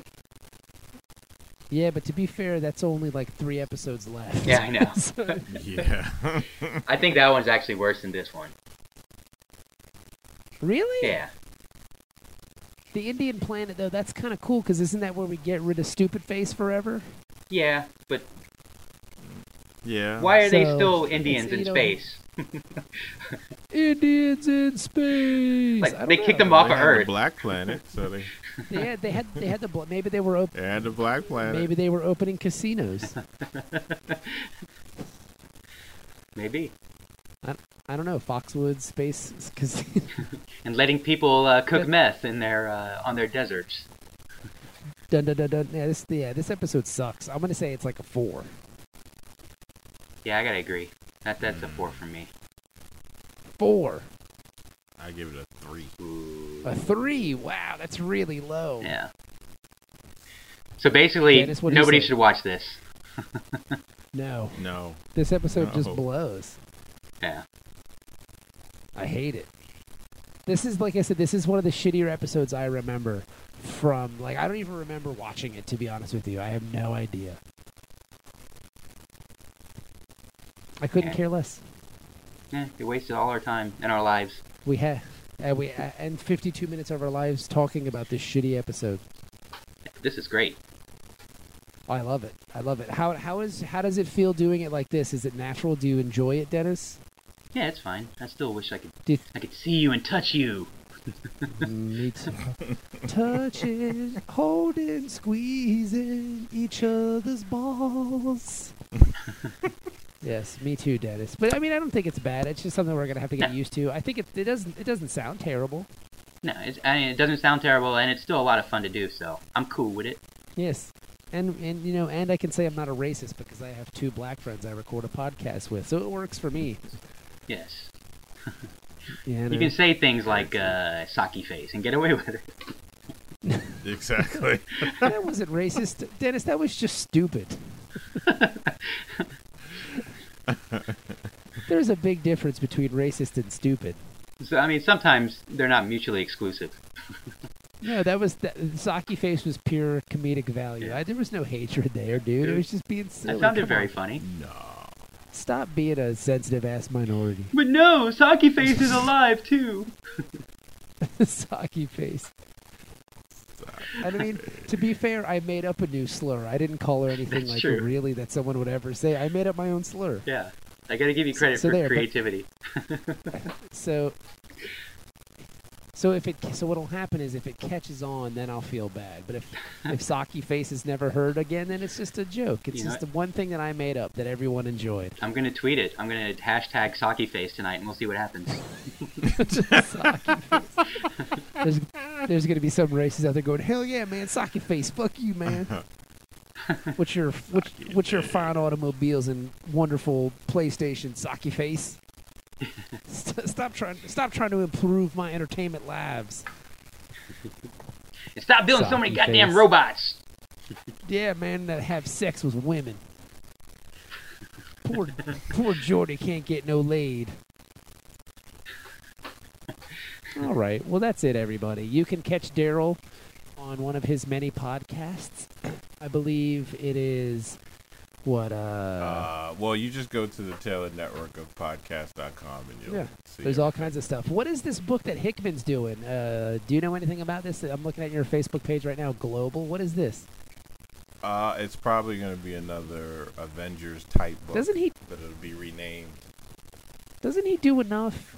S2: yeah, but to be fair, that's only like three episodes left.
S3: Yeah, I know.
S2: So-
S4: Yeah.
S3: I think that one's actually worse than this one.
S2: really?
S3: Yeah.
S2: The Indian planet though, that's kind of cool because isn't that where we get rid of Stupid Face forever?
S3: Yeah, but
S4: yeah.
S3: why are they
S2: Uh, So,
S3: still Indians
S2: it's,
S3: in
S2: you know,
S3: space?
S2: Indians in space.
S3: Like,
S2: I don't
S3: they
S2: know.
S3: kicked them off
S4: They
S3: of
S4: had the
S3: Earth.
S4: Black Planet, so they,
S2: They had they had they had the bl- maybe they were op-
S4: they had the Black Planet.
S2: maybe they were opening casinos.
S3: Maybe.
S2: I don't know Foxwoods Space Casino.
S3: And letting people uh, cook
S2: Yeah.
S3: meth in their uh, on their deserts.
S2: Dun dun dun dun. Yeah, this yeah, this episode sucks. I'm gonna say it's like a four.
S3: Yeah, I gotta agree. That that's a four for me.
S2: Four.
S4: I give it a three.
S2: A three. Wow, that's really low.
S3: Yeah. So basically,
S2: Dennis, what do you
S3: nobody
S2: say?
S3: should watch this.
S2: No,
S4: No.
S2: this episode just
S4: No.
S2: blows.
S3: Yeah.
S2: I hate it. This is like I said. This is one of the shittier episodes I remember from. Like I don't even remember watching it. To be honest with you, I have no idea. I couldn't
S3: Yeah.
S2: care less.
S3: Yeah, we wasted all our time and our lives.
S2: We have. And we uh, and 52 minutes of our lives talking about this shitty episode.
S3: This is great.
S2: I love it. I love it. How how is how does it feel doing it like this? Is it natural? Do you enjoy it, Dennis?
S3: Yeah, it's fine. I still wish I could
S2: Do you
S3: I could see you and touch you.
S2: Me too. Touching, holding, squeezing each other's balls. yes, me too, Dennis. But I mean, I don't think it's bad. It's just something we're gonna have to get
S3: No.
S2: used to. I think it, it doesn't it doesn't sound terrible.
S3: No, it's, I mean, it doesn't sound terrible, and it's still a lot of fun to do. So I'm cool with it.
S2: Yes, and and you know, and I can say I'm not a racist because I have two black friends I record a podcast with, so it works for me.
S3: Yes.
S2: Yeah, I
S3: You
S2: know.
S3: can say things like uh, "Saki face" and get away with it.
S4: Exactly.
S2: that wasn't racist, Dennis. That was just stupid. There's a big difference between racist and stupid.
S3: So I mean, sometimes they're not mutually exclusive.
S2: No, that was that, Saki face was pure comedic value. I, there was no hatred there, dude. It was just being silly.
S3: I found it
S2: Come
S3: very
S2: on. Mm.
S3: funny.
S2: Stop being a sensitive ass minority.
S3: But no, Saki face is alive too.
S2: Saki face. And I mean, to be fair, I made up a new slur. I didn't call her anything
S3: That's
S2: like
S3: true.
S2: really that someone would ever say. I made up my own slur.
S3: Yeah, I gotta give you credit
S2: So
S3: for
S2: there, but-
S3: creativity.
S2: So, so if it so what'll happen is if it catches on, then I'll feel bad. But if if Saki face is never heard again, then it's just a joke. It's
S3: You know
S2: just the one thing that I made up that everyone enjoyed.
S3: I'm gonna tweet it. I'm gonna hashtag Saki face tonight, and we'll see what happens.
S2: Saki face. There's there's gonna be some races out there going, hell yeah, man, Saki face, fuck you, man. What's your what's, what's your fine automobiles and wonderful PlayStation, Saki face? St- stop trying stop trying to improve my entertainment lives.
S3: And stop building so
S2: Saki
S3: many goddamn
S2: face.
S3: robots.
S2: Yeah, man, that have sex with women. Poor poor, poor Jordy can't get no laid. All right. Well, that's it, everybody. You can catch Daryl on one of his many podcasts. I believe it is what uh,
S4: Uh, well, you just go to the Taylor Network of podcast.com and you'll
S2: Yeah.
S4: see.
S2: there's
S4: it.
S2: all kinds of stuff. What is this book that Hickman's doing? Uh, do you know anything about this? I'm looking at your Facebook page right now. Global. What is this?
S4: Uh, it's probably going to be another Avengers type book.
S2: Doesn't he
S4: But it'll be renamed.
S2: doesn't he do enough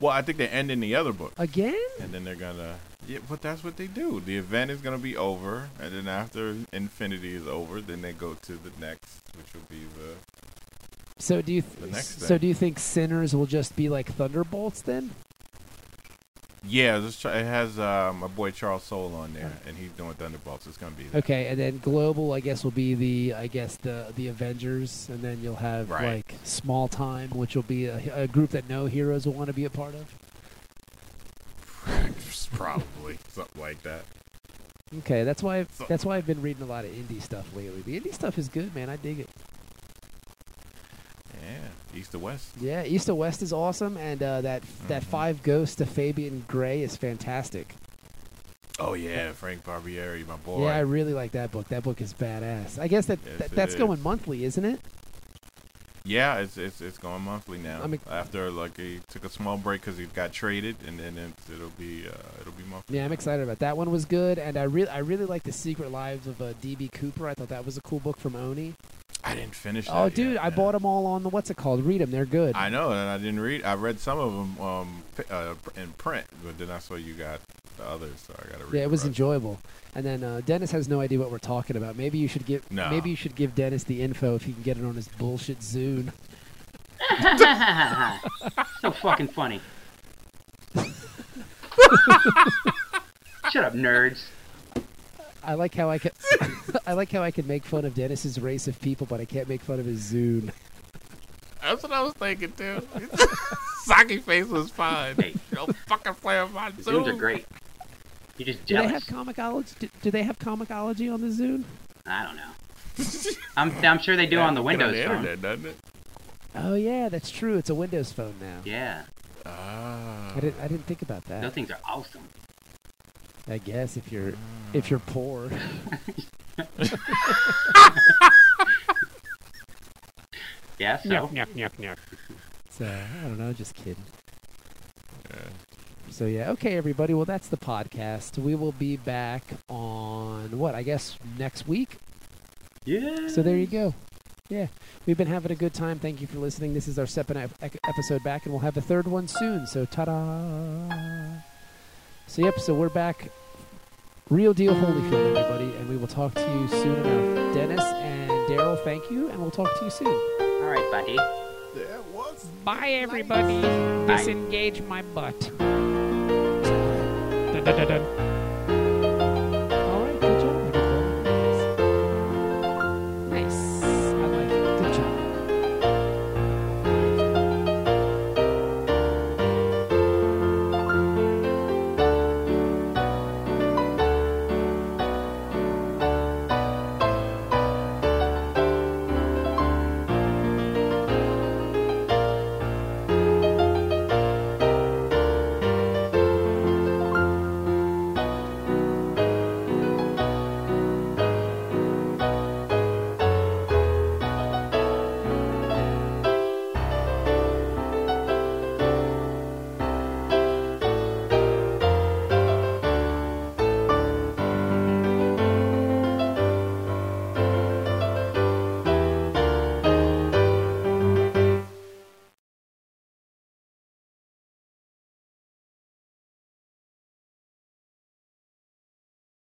S4: Well, I think they're ending the other book,
S2: again?
S4: and then they're gonna. Yeah, but that's what they do. The event is gonna be over, and then after Infinity is over, then they go to the next, which will be the
S2: So do you
S4: The
S2: th-
S4: next
S2: so
S4: thing.
S2: do you think sinners will just be like thunderbolts then?
S4: Yeah, this it has uh, my boy Charles Soule on there, and he's doing Thunderbolts. It's gonna be that.
S2: Oh. Okay, and then global, I guess, will be the I guess the the Avengers, and then you'll have
S4: Right.
S2: like small time, which will be a, a group that no heroes will want to be a part of.
S4: probably something like that.
S2: Okay, that's why
S4: So-
S2: that's why I've been reading a lot of indie stuff lately. The indie stuff is good, man. I dig it.
S4: Yeah, East to West.
S2: Yeah, East to West is awesome, and uh, that that
S4: Mhm.
S2: Five Ghosts of Fabian Gray is fantastic.
S4: Oh yeah, Frank Barbieri, my boy.
S2: Yeah, I really like that book. That book is badass. I guess that,
S4: Yes,
S2: that
S4: it
S2: that's
S4: is.
S2: going monthly, isn't it?
S4: Yeah, it's it's it's going monthly now.
S2: I'm ex-
S4: After like he took a small break because he got traded, and then it's, it'll be uh, it'll be monthly.
S2: Yeah, I'm excited about that one. Was good, and I really, I really like the Secret Lives of uh, DB Cooper. I thought that was a cool book from Oni.
S4: I didn't finish.
S2: Oh,
S4: that
S2: dude,
S4: yet,
S2: I
S4: man.
S2: bought them all on the what's it called? Read them; they're good.
S4: I know, and I didn't read. I read some of them um, p- uh, pr- in print, but then I saw you got the others, so I gotta read.
S2: yeah,
S4: the
S2: it was
S4: rest.
S2: enjoyable. And then uh, Dennis has no idea what we're talking about. Maybe you should give,
S4: No.
S2: maybe you should give Dennis the info if he can get it on his bullshit Zune.
S3: so fucking funny. Shut up, nerds.
S2: I like how I can, I like how I can make fun of Dennis's race of people, but I can't make fun of his Zune.
S4: That's what I was thinking too. Saki face was fine.
S3: Hey.
S4: Don't fucking play with my
S3: The Zooms are great. You're just
S2: Do they
S3: jealous.
S2: have comicology? Do, do they have comicology on the Zune?
S3: I don't know. I'm, I'm sure they do on the Windows
S4: the
S3: phone.
S4: internet, doesn't it?
S2: Oh yeah, that's true. It's a Windows phone now.
S3: Yeah,
S4: Ah.
S2: I didn't, I didn't think about that.
S3: those things are awesome.
S2: I guess if you're if you're poor.
S3: Yeah, so
S2: So I don't know, just kidding. So yeah, okay, everybody. Well, that's the podcast. We will be back on what I guess next week.
S3: yeah.
S2: So there you go. Yeah, we've been having a good time. Thank you for listening. This is our second ep- ec- episode back, and we'll have a third one soon. So ta-da! So yep, so we're back. Real deal Holyfield, everybody, and we will talk to you soon enough. Dennis and Daryl, thank you, and we'll talk to you soon.
S3: All right, buddy.
S4: There was
S5: Bye, everybody.
S3: Bye.
S5: Disengage my butt. Dun, dun, dun, dun.